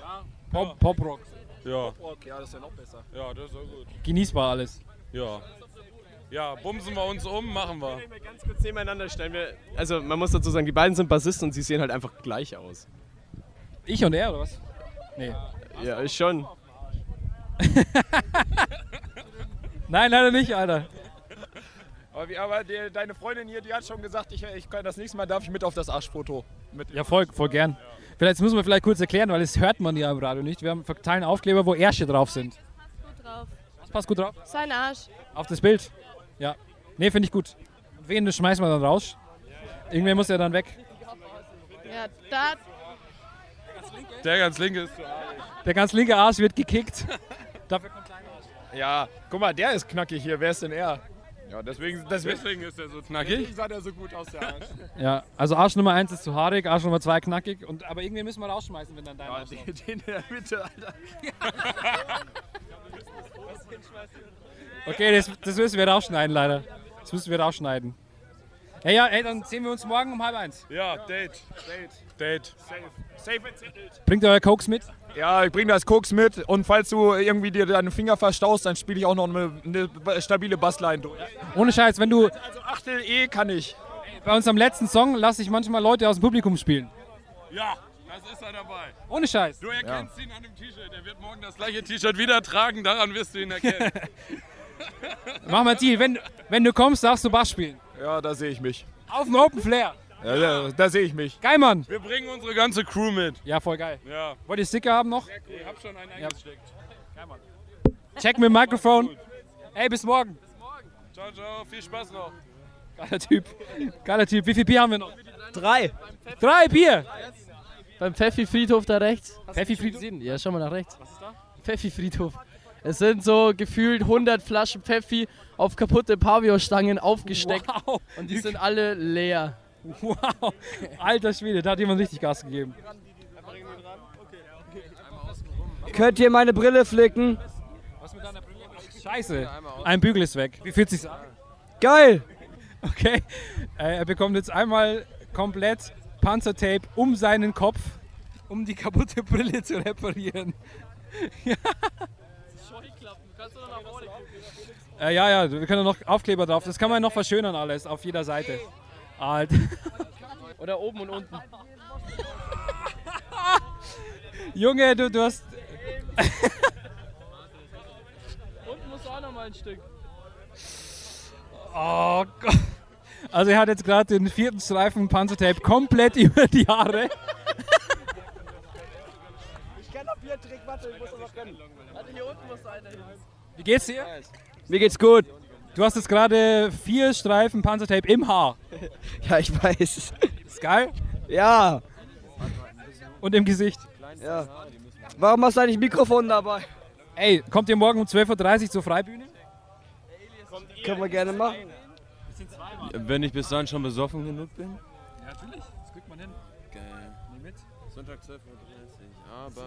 Speaker 31: Ja.
Speaker 2: Pop, Poprock.
Speaker 31: Ja.
Speaker 12: Rock, ja, das ist ja noch besser.
Speaker 31: Ja, das ist auch gut.
Speaker 2: Genießbar alles.
Speaker 31: Ja. Ja, bumsen wir uns um, machen wir.
Speaker 3: Ganz kurz nebeneinander stellen wir. Also man muss dazu sagen, die beiden sind Bassisten und sie sehen halt einfach gleich aus.
Speaker 2: Ich und er, oder was? Nee.
Speaker 3: Ja, ich schon.
Speaker 2: Nein, leider nicht, Alter.
Speaker 12: Aber, wie, aber die, deine Freundin hier, die hat schon gesagt, ich, ich kann das nächste Mal darf ich mit auf das Arschfoto. Mit
Speaker 2: Ja, voll, voll gern. Vielleicht müssen wir vielleicht kurz erklären, weil das hört man ja im Radio nicht. Wir haben verteilen Aufkleber, wo Ärsche drauf sind.
Speaker 14: Gut drauf.
Speaker 2: Das passt gut drauf.
Speaker 14: Sein Arsch.
Speaker 2: Auf das Bild. Ja. Nee, finde ich gut. Und wen schmeißen wir dann raus? Irgendwer muss ja dann weg.
Speaker 14: Ja, da.
Speaker 31: Der ganz linke ist.
Speaker 2: Der ganz linke Arsch wird gekickt. Dafür kommt
Speaker 12: Ja, guck mal, der ist knackig hier. Wer ist denn er? Ja, deswegen, deswegen,
Speaker 31: Deswegen ist er so
Speaker 12: deswegen
Speaker 31: knackig.
Speaker 12: sah der so gut aus, der Arsch.
Speaker 2: Ja, also Arsch Nummer 1 ist zu haarig, Arsch Nummer 2 knackig. Und, aber irgendwen müssen wir rausschmeißen, wenn dann dein Arsch
Speaker 12: den, den in der Mitte, Alter.
Speaker 2: Okay, das, das müssen wir rausschneiden, leider. Das müssen wir rausschneiden. Ja, ja, ey, dann sehen wir uns morgen um halb eins.
Speaker 31: Ja, Date.
Speaker 12: Date.
Speaker 31: Date.
Speaker 12: Safe. Safe entzettelt.
Speaker 2: Bringt ihr euer Koks mit?
Speaker 12: Ja, ich bring das Koks mit und falls du irgendwie dir deinen Finger verstaust, dann spiele ich auch noch eine, eine stabile Bassline durch.
Speaker 2: Ohne Scheiß, wenn du
Speaker 12: Also Achtel E kann ich.
Speaker 2: bei uns am letzten Song lasse ich manchmal Leute aus dem Publikum spielen.
Speaker 31: Ja, das ist er dabei.
Speaker 2: Ohne Scheiß.
Speaker 31: Du erkennst ihn an dem T-Shirt. Er wird morgen das gleiche T-Shirt wieder tragen. Daran wirst du ihn erkennen.
Speaker 2: Mach mal Deal, wenn, wenn du kommst, darfst du Bass spielen.
Speaker 12: Ja, da sehe ich mich.
Speaker 2: Auf dem Open Flair.
Speaker 12: Ja, da da sehe ich mich.
Speaker 2: Geil, Mann.
Speaker 31: Wir bringen unsere ganze Crew mit.
Speaker 2: Ja, voll geil.
Speaker 31: Ja.
Speaker 2: Wollt ihr Sticker haben noch?
Speaker 31: Ich hab schon einen eingesteckt.
Speaker 2: Check mit dem Mikrofon. Ey, bis morgen.
Speaker 31: Ciao, ciao. Viel Spaß noch.
Speaker 2: Geiler Typ. Geiler Typ. Wie viel Bier haben wir noch? Drei. Drei Bier.
Speaker 5: Beim Pfeffi-Friedhof da rechts.
Speaker 2: Pfeffi-Friedhof?
Speaker 5: Sind- Ja, schau mal nach rechts. Was ist da? Pfeffi-Friedhof. Es sind so gefühlt 100 Flaschen Pfeffi auf kaputte Pavio-Stangen aufgesteckt.
Speaker 2: Wow.
Speaker 5: Und die sind alle leer.
Speaker 2: Wow. Alter Schwede, da hat jemand richtig Gas gegeben.
Speaker 32: Könnt ihr meine Brille flicken?
Speaker 2: Scheiße. Ein Bügel ist weg. Wie fühlt sich's an?
Speaker 32: Geil!
Speaker 2: Okay. Äh, er bekommt jetzt einmal komplett Panzertape um seinen Kopf, um die kaputte Brille zu reparieren. ja. Äh, ja, ja, wir können noch Aufkleber drauf. Das kann man noch verschönern alles auf jeder Seite. Alt.
Speaker 5: Oder oben und unten.
Speaker 2: Junge, du, du hast.
Speaker 5: Unten muss auch nochmal ein Stück.
Speaker 2: Oh Gott. Also er hat jetzt gerade den vierten Streifen Panzertape komplett über die Haare.
Speaker 12: Ich kann noch Biertrick, warte, ich muss aber rennen.
Speaker 5: Warte, hier unten muss einer hin.
Speaker 2: Wie geht's dir?
Speaker 32: Mir geht's gut.
Speaker 2: Du hast jetzt gerade vier Streifen Panzertape im Haar.
Speaker 32: Ja, ich weiß.
Speaker 2: Ist geil.
Speaker 32: Ja.
Speaker 2: Und im Gesicht.
Speaker 32: ja. Warum hast du eigentlich Mikrofon dabei?
Speaker 2: Ey, kommt ihr morgen um 12.30 Uhr zur Freibühne?
Speaker 32: Können wir gerne machen.
Speaker 33: Wenn ich bis dahin schon besoffen genug bin?
Speaker 2: Ja, natürlich. Das kriegt man hin.
Speaker 33: Geil.
Speaker 2: Nimm mit.
Speaker 33: Sonntag 12.30 Uhr.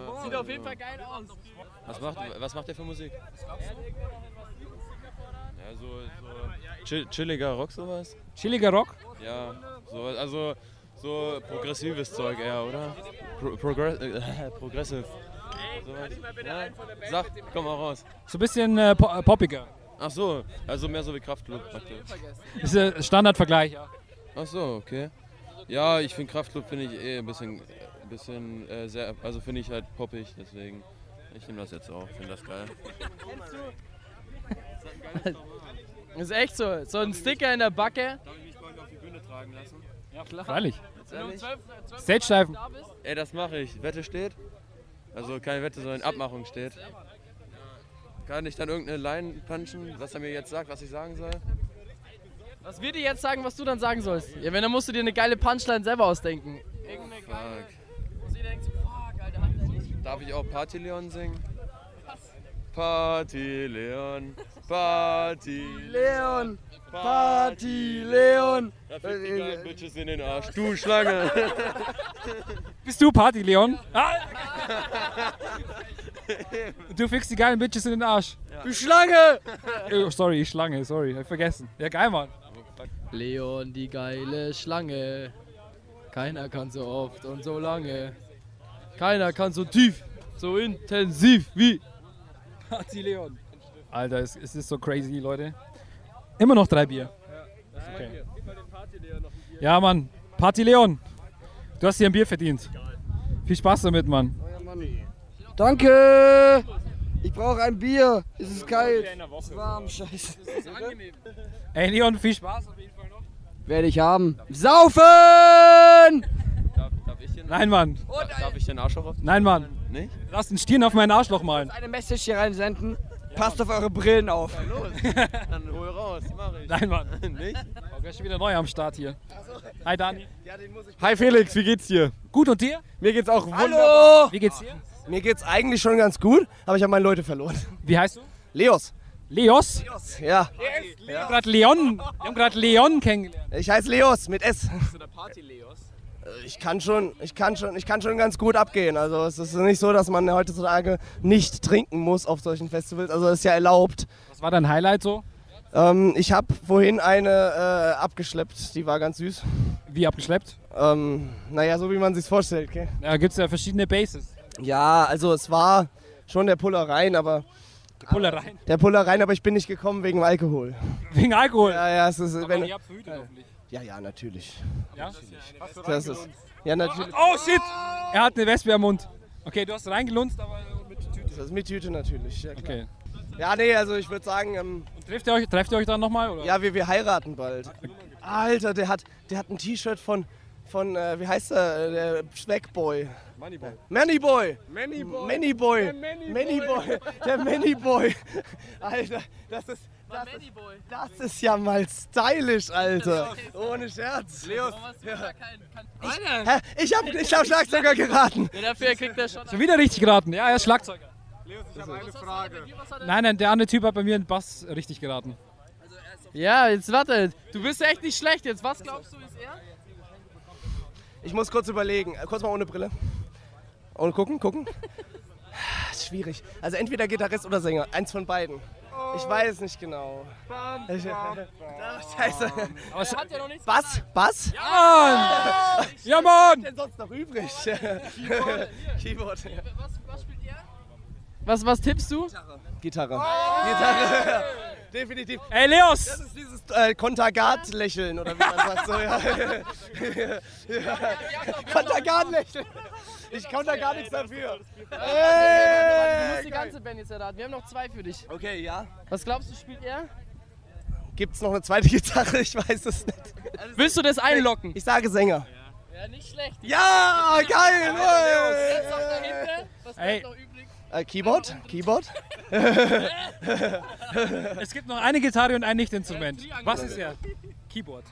Speaker 33: Aber.
Speaker 5: Sieht auf jeden Fall geil aus.
Speaker 33: Was macht, was macht der für Musik? Ja, so, so chill, chilliger Rock sowas?
Speaker 2: Chilliger Rock?
Speaker 33: Ja, so, also so progressives Zeug eher, oder? Pro, progress, äh, progressive.
Speaker 12: Sag, komm mal raus.
Speaker 2: So ein bisschen äh, po- äh, poppiger.
Speaker 12: Ach so, also mehr so wie Kraftclub. praktisch.
Speaker 2: Ist der Standardvergleich. ja.
Speaker 12: Ach so, okay. Ja, ich finde Kraftclub finde ich eh ein bisschen, ein bisschen äh, sehr, also finde ich halt poppig, deswegen. Ich nehme das jetzt auch, finde das geil.
Speaker 5: Ist echt so. So ein Sticker in der Backe.
Speaker 12: Tragen lassen.
Speaker 5: Ja, klar.
Speaker 2: Freilich.
Speaker 5: Ehrlich?
Speaker 12: äh,
Speaker 2: Stage-Steifen.
Speaker 12: Ey, das mache ich. Wette steht? Also keine Wette, sondern Abmachung steht. Kann ich dann irgendeine Line punchen, was er mir jetzt sagt, was ich sagen soll?
Speaker 5: Was wir dir jetzt sagen, was du dann sagen sollst? Ja, wenn, dann musst du dir eine geile Punchline selber ausdenken.
Speaker 12: Irgendeine geile. Darf ich auch Party Leon singen? Party Leon, Party
Speaker 34: Leon, Party, Leon.
Speaker 12: Da fickt die geilen Bitches in den Arsch. Du Schlange.
Speaker 2: Bist du Party, Leon? Ah, du fickst die geilen Bitches in den Arsch.
Speaker 5: Du Schlange!
Speaker 2: Oh, sorry, ich Schlange, sorry, hab vergessen. Ja, geil, Mann.
Speaker 5: Leon, die geile Schlange. Keiner kann so oft und so lange. Keiner kann so tief, so intensiv wie Party Leon.
Speaker 2: Alter, es, es ist so crazy, Leute. Immer noch drei Bier.
Speaker 5: Okay.
Speaker 2: Ja, Mann. Party Leon, du hast dir ein Bier verdient. Viel Spaß damit, Mann.
Speaker 34: Danke! Ich brauche ein Bier. Es ist kalt. Es ist warm, scheiße.
Speaker 2: Ey, Leon, viel Spaß.
Speaker 34: Werde ich haben. Saufen!
Speaker 2: Nein, Mann.
Speaker 12: Darf ich den Arsch auch auf?
Speaker 2: Nein, Mann.
Speaker 12: Nicht?
Speaker 2: Lass den Stirn auf meinen Arschloch malen.
Speaker 34: Eine Message hier reinsenden. Passt auf eure Brillen auf.
Speaker 12: Los, dann hol raus, mach ich.
Speaker 2: Nein, Mann.
Speaker 12: Nicht?
Speaker 2: Oh, gleich schon wieder neu am Start hier. Hi, Dani.
Speaker 4: Hi Felix, wie geht's dir?
Speaker 2: Gut und dir?
Speaker 4: Mir geht's auch wunderbar.
Speaker 2: Wie geht's dir?
Speaker 4: Mir geht's eigentlich schon ganz gut, aber ich habe meine Leute verloren.
Speaker 2: Wie heißt du?
Speaker 4: Leos.
Speaker 2: Leos?
Speaker 4: Ja.
Speaker 2: Wir haben gerade Leon, wir haben grad Leon kennengelernt.
Speaker 4: Ich heiße Leos mit S.
Speaker 12: Party Leos.
Speaker 4: Äh, Ich kann schon, ich kann schon, ich kann schon ganz gut abgehen. Also es ist nicht so, dass man heutzutage nicht trinken muss auf solchen Festivals. Also es ist ja erlaubt.
Speaker 2: Was war dein Highlight so?
Speaker 4: Ähm, ich habe vorhin eine äh, abgeschleppt, die war ganz süß.
Speaker 2: Wie abgeschleppt?
Speaker 4: Ähm, naja, so wie man sich's vorstellt, okay?
Speaker 2: Da gibt's ja verschiedene Bases.
Speaker 4: Ja, also es war schon der Puller rein, aber. Der
Speaker 2: Puller rein?
Speaker 4: Der Puller rein, aber ich bin nicht gekommen wegen Alkohol.
Speaker 2: Wegen Alkohol?
Speaker 4: Ja, ja, es ist. Also wenn,
Speaker 2: habt verhütet hoffentlich.
Speaker 4: ja, ja, natürlich.
Speaker 2: Ja?
Speaker 4: Das ist. Ja, natürlich.
Speaker 2: Oh shit! Er hat eine Wespe am Mund. Okay, du hast reingelunzt, aber mit Tüte.
Speaker 4: Das ist mit Tüte natürlich. Ja, klar.
Speaker 2: Okay.
Speaker 4: ja nee, also ich würde sagen, ähm,
Speaker 2: Trefft ihr euch, trefft ihr euch dann nochmal?
Speaker 4: ja, wir, wir heiraten bald. Alter, der hat, der hat ein T-Shirt von, von äh, wie heißt er, der Schweckboy.
Speaker 35: Moneyboy.
Speaker 4: Mannyboy.
Speaker 35: Mannyboy.
Speaker 4: Mannyboy.
Speaker 35: Der Mannyboy.
Speaker 4: Mannyboy. Der Mannyboy. Alter, das ist, das ist, das ist ja mal stylisch, Alter. Ohne Scherz.
Speaker 35: Leos.
Speaker 4: Hä? Ich hab, ich hab Schlagzeuger geraten.
Speaker 5: Ja, dafür kriegt er schon.
Speaker 2: Schon wieder richtig geraten. Ja, er ist Schlagzeuger.
Speaker 35: Eine Frage.
Speaker 2: Nein, nein, der andere Typ hat bei mir den Bass richtig geraten.
Speaker 5: Ja, jetzt warte. Du bist echt nicht schlecht jetzt. Was glaubst du, ist er?
Speaker 4: Ich muss kurz überlegen. Äh, Kurz mal ohne Brille. Und gucken, gucken. Ist Schwierig. Also entweder Gitarrist oder Sänger. Eins von beiden. Ich weiß nicht genau. Ich, scheiße.
Speaker 5: er hat ja noch nichts
Speaker 4: Bass? Bass?
Speaker 2: Ja, Mann! Ja, Mann!
Speaker 4: denn sonst noch übrig? Keyboard. ja.
Speaker 5: Was, was tippst du?
Speaker 4: Gitarre.
Speaker 5: Oh!
Speaker 4: Gitarre. Definitiv.
Speaker 2: Ey, Leos!
Speaker 4: Das ist dieses äh, Kontergat-Lächeln oder wie man sagt. So, ja. ja. Kontergat-Lächeln. Ich kann da gar nichts dafür.
Speaker 5: Du
Speaker 4: Ey,
Speaker 5: musst die ganze Band jetzt erraten. Wir haben noch zwei für dich.
Speaker 4: Okay, ja.
Speaker 5: Was glaubst du, spielt er?
Speaker 4: Gibt's noch eine zweite Gitarre? Ich weiß es nicht.
Speaker 5: Willst du das einlocken?
Speaker 4: Ich sage Sänger.
Speaker 5: Ja, nicht schlecht.
Speaker 4: Ja, geil!
Speaker 5: Jetzt noch
Speaker 4: ey.
Speaker 5: dahinter. Was
Speaker 2: Ey.
Speaker 5: bleibt noch übrig?
Speaker 4: Äh, Keyboard? Keyboard?
Speaker 2: Es gibt noch eine Gitarre und ein Nichtinstrument. Was ist er? Keyboard.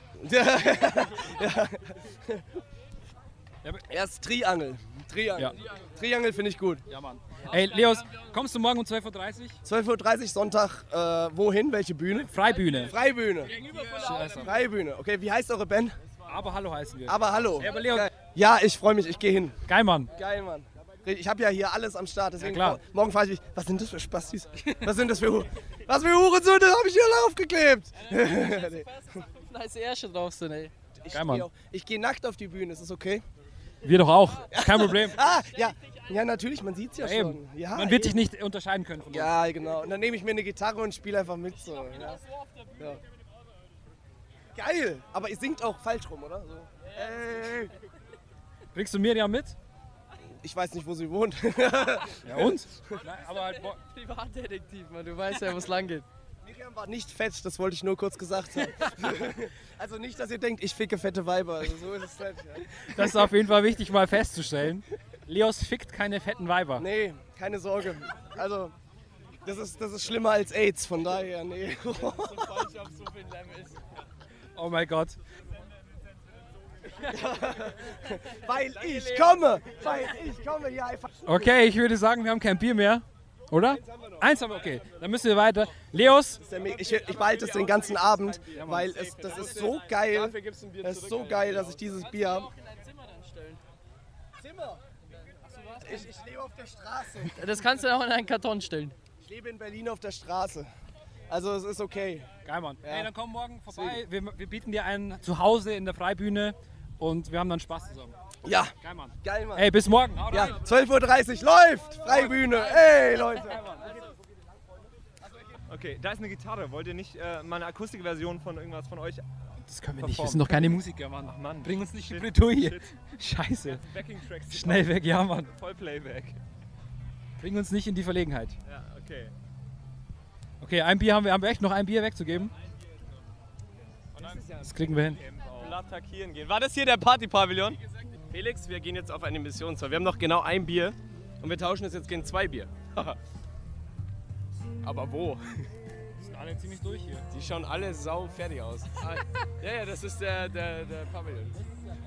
Speaker 4: Er ist Triangel. Triangel.
Speaker 2: Ja.
Speaker 4: Triangel finde ich gut.
Speaker 2: Ja, Mann. Ey, Leos, kommst du morgen um 12.30 Uhr?
Speaker 4: 12.30 Uhr Sonntag, äh, wohin? Welche Bühne?
Speaker 2: Freibühne.
Speaker 4: Freibühne.
Speaker 2: Scheiße.
Speaker 4: Freibühne. Okay, wie heißt eure Band?
Speaker 2: Aber hallo heißen wir.
Speaker 4: Aber hallo.
Speaker 2: Ey, aber Leon-
Speaker 4: Geil. Ja, ich freue mich, ich gehe hin.
Speaker 2: Geil, Mann.
Speaker 4: Geil, Mann. Ich habe ja hier alles am Start, deswegen
Speaker 2: Ja, klar.
Speaker 4: mo- morgen frage ich mich, was sind das für Spastis? Was sind das für Hu- Was für Hurensöhne habe ich hier draufgeklebt? Nee.
Speaker 5: Nice Ärsche drauf sind, ey.
Speaker 4: ich
Speaker 2: Geil, Mann.
Speaker 4: gehe geh nackt auf die Bühne, ist das okay?
Speaker 2: Wir doch auch. Kein Problem.
Speaker 4: Ah, ja. Ja, natürlich, man sieht's ja,
Speaker 2: Ja, eben.
Speaker 4: schon. Ja,
Speaker 2: Man wird
Speaker 4: eben.
Speaker 2: dich nicht unterscheiden können von uns.
Speaker 4: Ja, genau. Und dann nehme ich mir eine Gitarre und spiele einfach mit. So. Ja. Ja. Geil, aber ihr singt auch falsch rum, oder? So. Hey.
Speaker 2: Kriegst du Miriam mit?
Speaker 4: Ich weiß nicht, wo sie wohnt.
Speaker 2: Ja, und?
Speaker 4: Nein,
Speaker 2: aber halt
Speaker 4: Privatdetektiv, man,
Speaker 28: Du weißt ja, wo es lang geht.
Speaker 4: Miriam war nicht fett, das wollte ich nur kurz gesagt haben. also nicht, dass ihr denkt, ich ficke fette Weiber. Also so ist es nicht. Ja.
Speaker 2: Das ist auf jeden Fall wichtig mal festzustellen. Leos fickt keine fetten Weiber.
Speaker 4: Nee, keine Sorge. Also, das ist, das ist schlimmer als AIDS, von daher, nee.
Speaker 2: Oh mein Gott.
Speaker 4: Weil ich komme! Weil ich komme hier einfach.
Speaker 2: Okay, ich würde sagen, wir haben kein Bier mehr, oder? Eins haben wir, okay. Dann müssen wir weiter. Leos,
Speaker 4: Das ist ja me- Ich, ich behalte es den ganzen Abend, weil es, das ist so geil. Das ist so geil, dass ich dieses Bier habe. Zimmer? Ich, ich lebe auf der Straße.
Speaker 23: Das kannst du auch in einen Karton stellen.
Speaker 4: Ich lebe in Berlin auf der Straße. Also es ist okay.
Speaker 2: Geil, Mann. Ey, dann komm morgen vorbei. Wir, wir bieten dir einen zu Hause in der Freibühne und wir haben dann Spaß zusammen.
Speaker 4: Ja.
Speaker 2: Geil, Mann.
Speaker 4: Geil, Mann.
Speaker 2: Ey, bis morgen.
Speaker 4: Ja, 12.30 Uhr läuft! Freibühne! Ey, Leute!
Speaker 24: Okay, da ist eine Gitarre. Wollt ihr nicht äh, mal eine Akustikversion von irgendwas von euch?
Speaker 2: Das können wir nicht. Wir sind noch keine Musiker, Mann.
Speaker 24: Ach Mann.
Speaker 2: Bring uns nicht
Speaker 24: Shit,
Speaker 2: in Bredouille.
Speaker 24: shit.
Speaker 2: Scheiße.
Speaker 24: Jetzt Backing Tracks.
Speaker 2: Schnell weg, ja, Mann.
Speaker 24: Voll Playback.
Speaker 2: Bring uns nicht in die Verlegenheit.
Speaker 24: Ja, okay.
Speaker 2: Okay, ein Bier haben wir. Haben wir echt noch ein Bier wegzugeben? Das kriegen wir hin.
Speaker 3: Attackieren gehen. War das hier der Partypavillon? Felix, wir gehen jetzt auf eine Mission. zwar. Wir haben noch genau ein Bier und wir tauschen es jetzt gegen zwei Bier. Aber wo?
Speaker 2: Sind alle ziemlich durch hier.
Speaker 3: Die schauen alle sau fertig aus. Ah, ja, ja, das ist der, der, der Pavillon.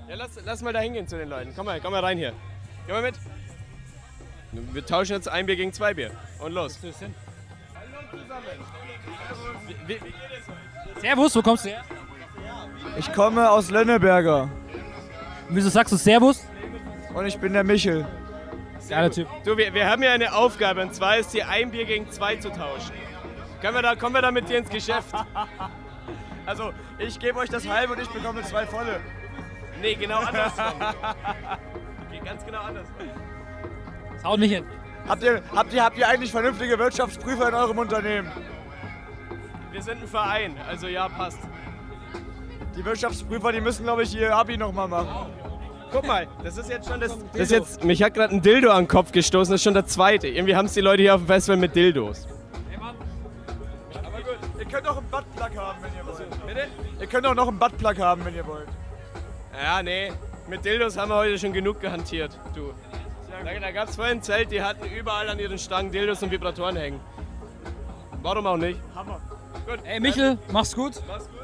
Speaker 3: Ja, lass, lass mal da hingehen zu den Leuten. Komm mal, komm mal rein hier. Geh mal mit. Wir tauschen jetzt ein Bier gegen zwei Bier. Und los. Wie- wie-
Speaker 2: Servus, wo kommst du her?
Speaker 10: Ich komme aus Lönneberger.
Speaker 2: Wieso sagst du Servus?
Speaker 10: Und ich bin der Michel.
Speaker 2: Geiler Typ.
Speaker 3: Du, wir, wir haben ja eine Aufgabe und zwar ist hier ein Bier gegen zwei zu tauschen. Können wir da, kommen wir da mit dir ins Geschäft? Also, ich gebe euch das halbe und ich bekomme zwei volle. Nee, genau andersrum. Geht ganz genau anders.
Speaker 2: Haut nicht hin.
Speaker 10: Habt ihr, habt, ihr, habt ihr eigentlich vernünftige Wirtschaftsprüfer in eurem Unternehmen?
Speaker 3: Wir sind ein Verein, also ja, passt.
Speaker 10: Die Wirtschaftsprüfer, die müssen, glaube ich, ihr Abi nochmal machen.
Speaker 3: Guck mal, das ist jetzt schon das...
Speaker 10: Das
Speaker 3: Das ist jetzt, mich hat gerade ein Dildo an den Kopf gestoßen, das ist schon der zweite. Irgendwie haben es die Leute hier auf dem Festival mit Dildos.
Speaker 10: Aber gut, ihr könnt auch einen Buttplug haben, wenn ihr wollt. Bitte? Ihr könnt auch noch einen Buttplug haben, wenn ihr wollt.
Speaker 3: Ja, nee, mit Dildos haben wir heute schon genug gehantiert, du. Da, da gab es vorhin ein Zelt, die hatten überall an ihren Stangen Dildos und Vibratoren hängen. Warum auch nicht? Hammer. Gut.
Speaker 2: Ey, Michel, mach's gut.
Speaker 3: Mach's gut.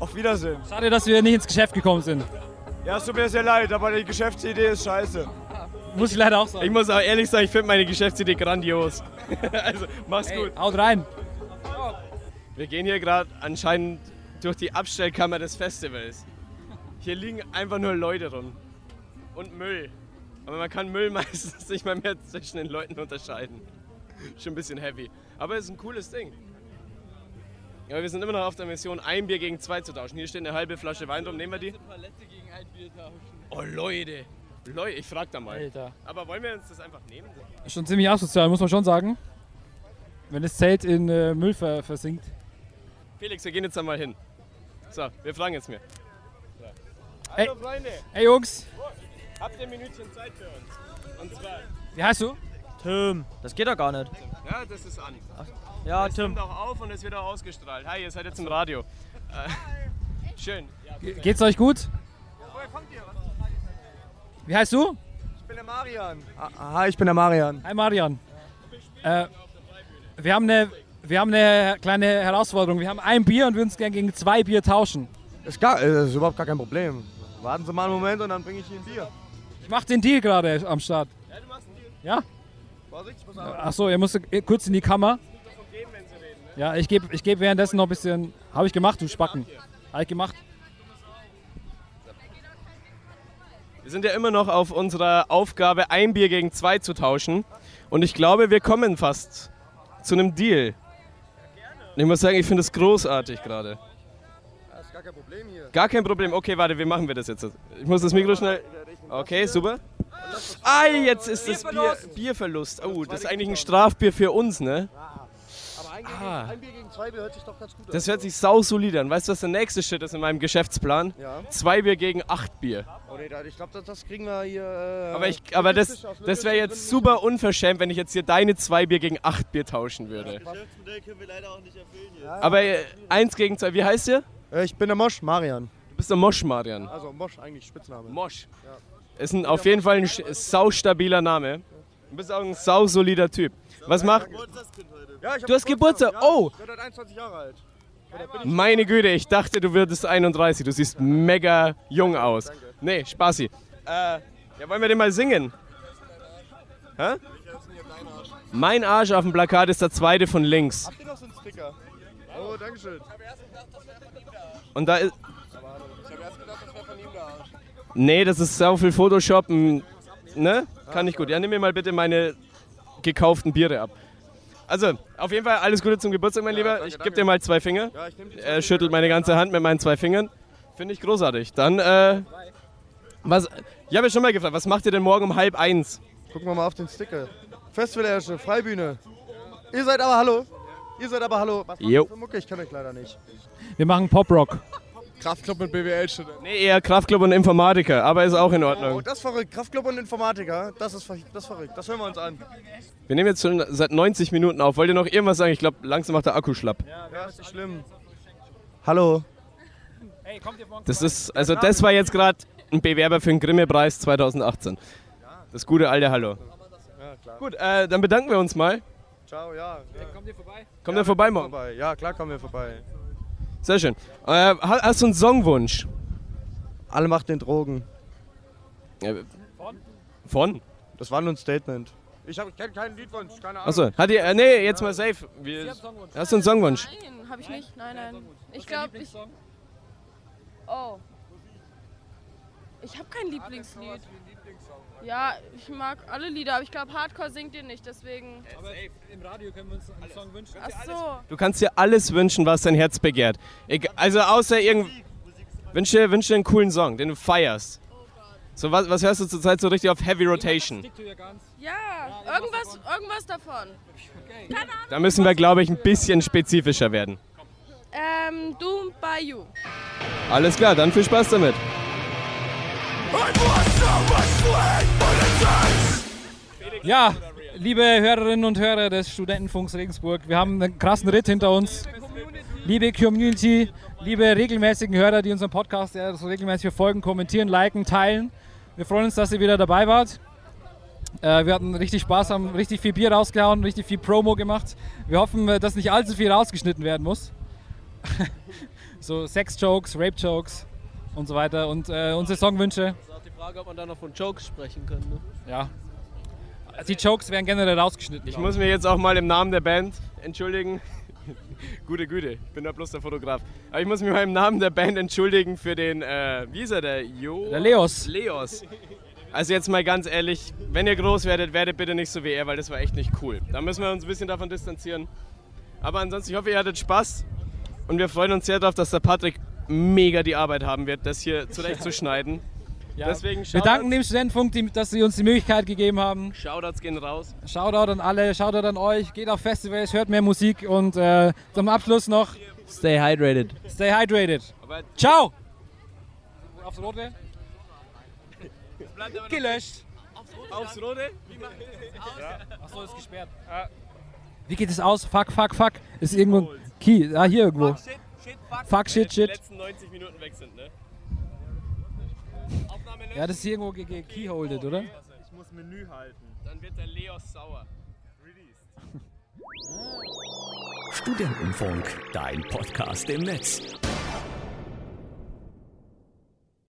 Speaker 10: Auf Wiedersehen.
Speaker 2: Schade, dass wir nicht ins Geschäft gekommen sind.
Speaker 10: Ja, es tut mir sehr leid, aber die Geschäftsidee ist scheiße.
Speaker 2: Muss ich leider auch sagen.
Speaker 3: Ich muss auch ehrlich sagen, ich finde meine Geschäftsidee grandios. also, mach's
Speaker 2: Ey,
Speaker 3: gut.
Speaker 2: Haut rein.
Speaker 3: Wir gehen hier gerade anscheinend durch die Abstellkammer des Festivals. Hier liegen einfach nur Leute rum. Und Müll. Aber man kann Müll meistens nicht mal mehr zwischen den Leuten unterscheiden. Schon ein bisschen heavy. Aber es ist ein cooles Ding. Ja, wir sind immer noch auf der Mission, ein Bier gegen zwei zu tauschen. Hier steht eine halbe Flasche Wein drum. Nehmen wir die?
Speaker 23: Palette gegen ein Bier tauschen.
Speaker 3: Oh, Leute. Leute, ich frag da mal.
Speaker 2: Alter.
Speaker 3: Aber wollen wir uns das einfach nehmen?
Speaker 2: Ist Schon ziemlich asozial, muss man schon sagen. Wenn das Zelt in äh, Müll ver versinkt.
Speaker 3: Felix, wir gehen jetzt einmal hin. So, wir fragen jetzt mir.
Speaker 2: Ey,
Speaker 3: Hallo Freunde.
Speaker 2: ey Jungs,
Speaker 3: Habt ihr ein Minütchen Zeit für uns? Und zwar.
Speaker 2: wie heißt du?
Speaker 1: Tim, das geht doch gar nicht.
Speaker 3: Ja, das ist an.
Speaker 1: Ja,
Speaker 3: das
Speaker 1: Tim.
Speaker 3: nimmt auch auf und es wird auch ausgestrahlt. Hi, ihr seid jetzt im Radio. Äh, schön.
Speaker 2: Ge- Geht's euch gut?
Speaker 10: Woher kommt ihr?
Speaker 2: Wie heißt du?
Speaker 10: Ich bin der Marian. ah,
Speaker 2: Aha, ich bin der Marian. Hi Marian. Äh, wir, haben eine, wir haben eine kleine Herausforderung. Wir haben ein Bier und würden es gerne gegen zwei Bier tauschen.
Speaker 10: Ist, gar, äh, ist überhaupt gar kein Problem. Warten Sie mal einen Moment und dann bringe ich Ihnen Bier.
Speaker 2: Ich mach den Deal gerade am Start. Ja, du machst den Deal. Ja?
Speaker 10: Vorsicht, ich muss
Speaker 2: Achso, ihr müsst äh, kurz in die Kammer. Ja, ich gebe ich geb währenddessen noch ein bisschen. Habe ich gemacht, du Spacken. Habe ich gemacht.
Speaker 3: Wir sind ja immer noch auf unserer Aufgabe, ein Bier gegen zwei zu tauschen. Und ich glaube, wir kommen fast zu einem Deal. Und ich muss sagen, ich finde das großartig gerade.
Speaker 10: Das ist gar kein Problem hier.
Speaker 3: Gar kein Problem. Okay, warte, wie machen wir das jetzt? Ich muss das Mikro schnell.
Speaker 10: Ich
Speaker 3: Okay, super. Ah, jetzt ist das Bier, Bierverlust. Oh, das ist eigentlich ein Strafbier für uns, ne?
Speaker 5: Aber ein Bier, gegen, ein Bier gegen zwei Bier hört sich doch ganz gut an.
Speaker 3: Ah. Das hört sich sausolid an. Weißt du, was der nächste Shit ist in meinem Geschäftsplan?
Speaker 5: Ja.
Speaker 3: Zwei Bier gegen acht Bier.
Speaker 5: Oh, nee, da- ich glaube, das, das kriegen wir hier. Äh,
Speaker 3: Aber, ich, aber das,
Speaker 5: logistisch auf
Speaker 3: das wäre
Speaker 5: logistische
Speaker 3: jetzt super unverschämt, wenn ich jetzt hier deine zwei Bier gegen acht Bier tauschen würde.
Speaker 5: Geschäftsmodell können wir leider auch nicht erfüllen jetzt.
Speaker 3: Aber äh, eins gegen zwei, wie heißt ihr?
Speaker 5: Äh, Ich bin der Mosch, Marian.
Speaker 3: Du bist der Mosch, Marian.
Speaker 5: also Mosch eigentlich Spitzname.
Speaker 3: Mosch. Ist ein, auf jeden Fall ein sch- saustabiler Name. Du bist auch ein sausolider Typ. Was macht.
Speaker 5: Ja, ich hab
Speaker 3: Du hast Geburtstag. Oh!
Speaker 5: Ich bin halt 21 Jahre alt. Oder bin ich-
Speaker 3: Meine Güte, ich dachte, du würdest 31. Du siehst mega jung aus. Nee, Spaßi. Äh, ja, wollen wir den mal singen? Hä? Mein Arsch auf dem Plakat ist der zweite von links.
Speaker 5: Habt ihr noch so einen Sticker? Oh, Dankeschön.
Speaker 3: Und da ist.
Speaker 5: Ich hab erst gedacht, das wäre von ihm da.
Speaker 3: Nee, das ist sau viel Photoshop. m, Ne? Kann nicht gut. Ja, nimm mir mal bitte meine gekauften Biere ab. Also, auf jeden Fall alles Gute zum Geburtstag, mein Lieber. ich gebe dir mal zwei Finger.
Speaker 5: Ja, ich nehm die zwei
Speaker 3: er schüttelt meine ganze Hand mit meinen zwei Fingern. Finde ich großartig. Dann, äh. Was, ich habe ja schon mal gefragt, was macht ihr denn morgen um halb eins?
Speaker 5: Gucken wir mal auf den Sticker. Festivalherrsche, Freibühne. Ihr seid aber hallo. Ihr seid aber hallo. Was macht
Speaker 2: Jo.
Speaker 5: ihr für Mucke? Ich kann euch leider nicht.
Speaker 2: Wir machen Pop-Rock.
Speaker 5: Kraftclub mit BWL-Studenten.
Speaker 3: Nee, eher Kraftclub und Informatiker, aber ist auch in Ordnung.
Speaker 5: Oh, das ist verrückt. Kraftclub und Informatiker. Das ist, verrückt. das ist verrückt. Das hören wir uns an.
Speaker 3: Wir nehmen jetzt schon seit 90 Minuten auf. Wollt ihr noch irgendwas sagen? Ich glaube, langsam macht der Akku schlapp.
Speaker 5: Ja, das ist schlimm. Hallo.
Speaker 3: Das ist, also das war jetzt gerade ein Bewerber für den Grimme-Preis 2018. Das gute alte Hallo.
Speaker 5: Ja, klar.
Speaker 3: Gut, äh, dann bedanken wir uns mal.
Speaker 5: Ciao, ja.
Speaker 23: Kommt ihr vorbei?
Speaker 3: Kommt ihr vorbei morgen?
Speaker 5: Vorbei. Ja, klar kommen wir vorbei.
Speaker 3: Sehr schön. Äh, ha- hast du einen Songwunsch?
Speaker 5: Alle macht den Drogen.
Speaker 3: Äh, Von?
Speaker 5: Das war nur ein Statement. Ich hab- ich kenn kein Lied von, keine Ahnung.
Speaker 3: Achso, hat ihr, äh, nee, jetzt mal safe.
Speaker 13: Sie
Speaker 3: Wir,
Speaker 13: haben Songwunsch.
Speaker 3: hast du einen Songwunsch?
Speaker 13: Nein, hab ich nicht. Nein, nein. Ich glaube, ich. Oh. Ich habe kein Lieblingslied. Ja, ich mag alle Lieder, aber ich glaube, Hardcore singt ihr nicht, deswegen.
Speaker 23: Aber im Radio können wir uns einen Song wünschen.
Speaker 13: Ach so.
Speaker 3: Du kannst dir alles wünschen, was dein Herz begehrt. Eg also außer irgend... Wünsch dir, wünsch dir einen coolen Song, den du feierst. So, was, was hörst du zurzeit so richtig auf Heavy Rotation?
Speaker 13: Ja, irgendwas, irgendwas davon. Keine Ahnung.
Speaker 3: Da müssen wir, glaube ich, ein bisschen spezifischer werden.
Speaker 13: Ähm, Doom by You.
Speaker 3: Alles klar, dann viel Spaß damit.
Speaker 2: Ja, liebe Hörerinnen und Hörer des Studentenfunks Regensburg, wir haben einen krassen Ritt hinter uns. Liebe Community, liebe regelmäßigen Hörer, die unseren Podcast ja, so regelmäßig verfolgen, kommentieren, liken, teilen. Wir freuen uns, dass ihr wieder dabei wart. Äh, wir hatten richtig Spaß, haben richtig viel Bier rausgehauen, richtig viel Promo gemacht. Wir hoffen, äh, dass nicht allzu viel rausgeschnitten werden muss. so Sex-Jokes, Rape-Jokes und so weiter und äh, unsere Songwünsche.
Speaker 36: ist auch die Frage, ob man da noch von Jokes sprechen kann. Ne?
Speaker 2: Ja. Die Jokes werden generell rausgeschnitten.
Speaker 3: Ich muss mir jetzt auch mal im Namen der Band entschuldigen. Gute Güte, ich bin da bloß der Fotograf. Aber ich muss mich mal im Namen der Band entschuldigen für den, äh, wie ist er, der Jo?
Speaker 2: Der Leos.
Speaker 3: Leos. Also jetzt mal ganz ehrlich, wenn ihr groß werdet, werdet bitte nicht so wie er, weil das war echt nicht cool. Da müssen wir uns ein bisschen davon distanzieren. Aber ansonsten, ich hoffe, ihr hattet Spaß. Und wir freuen uns sehr darauf, dass der Patrick mega die Arbeit haben wird, das hier zurechtzuschneiden. Deswegen
Speaker 2: wir danken dem Studentenfunk, die- dass sie uns die Möglichkeit gegeben haben.
Speaker 3: Shoutouts gehen raus.
Speaker 2: Shoutout an alle, Shoutout an euch. Geht auf Festivals, hört mehr Musik und äh, zum Abschluss noch
Speaker 36: Stay hydrated.
Speaker 2: Stay hydrated. Ciao! Aufs Rote? Gelöscht.
Speaker 3: Aufs Rote? Wie
Speaker 36: machen wir das?
Speaker 2: Achso, ist gesperrt. Wie geht es aus? Fuck, fuck, fuck. Ist irgendwo ein Key. Ah, hier irgendwo. Fuck, shit,
Speaker 3: Die
Speaker 2: shit.
Speaker 3: letzten 90 Minuten weg sind, ne?
Speaker 2: Ja, das ist irgendwo ge- ge- keyholdet, oder?
Speaker 3: Ich muss Menü halten. Dann wird der Leos sauer. Released.
Speaker 37: Studentenfunk, dein Podcast im Netz.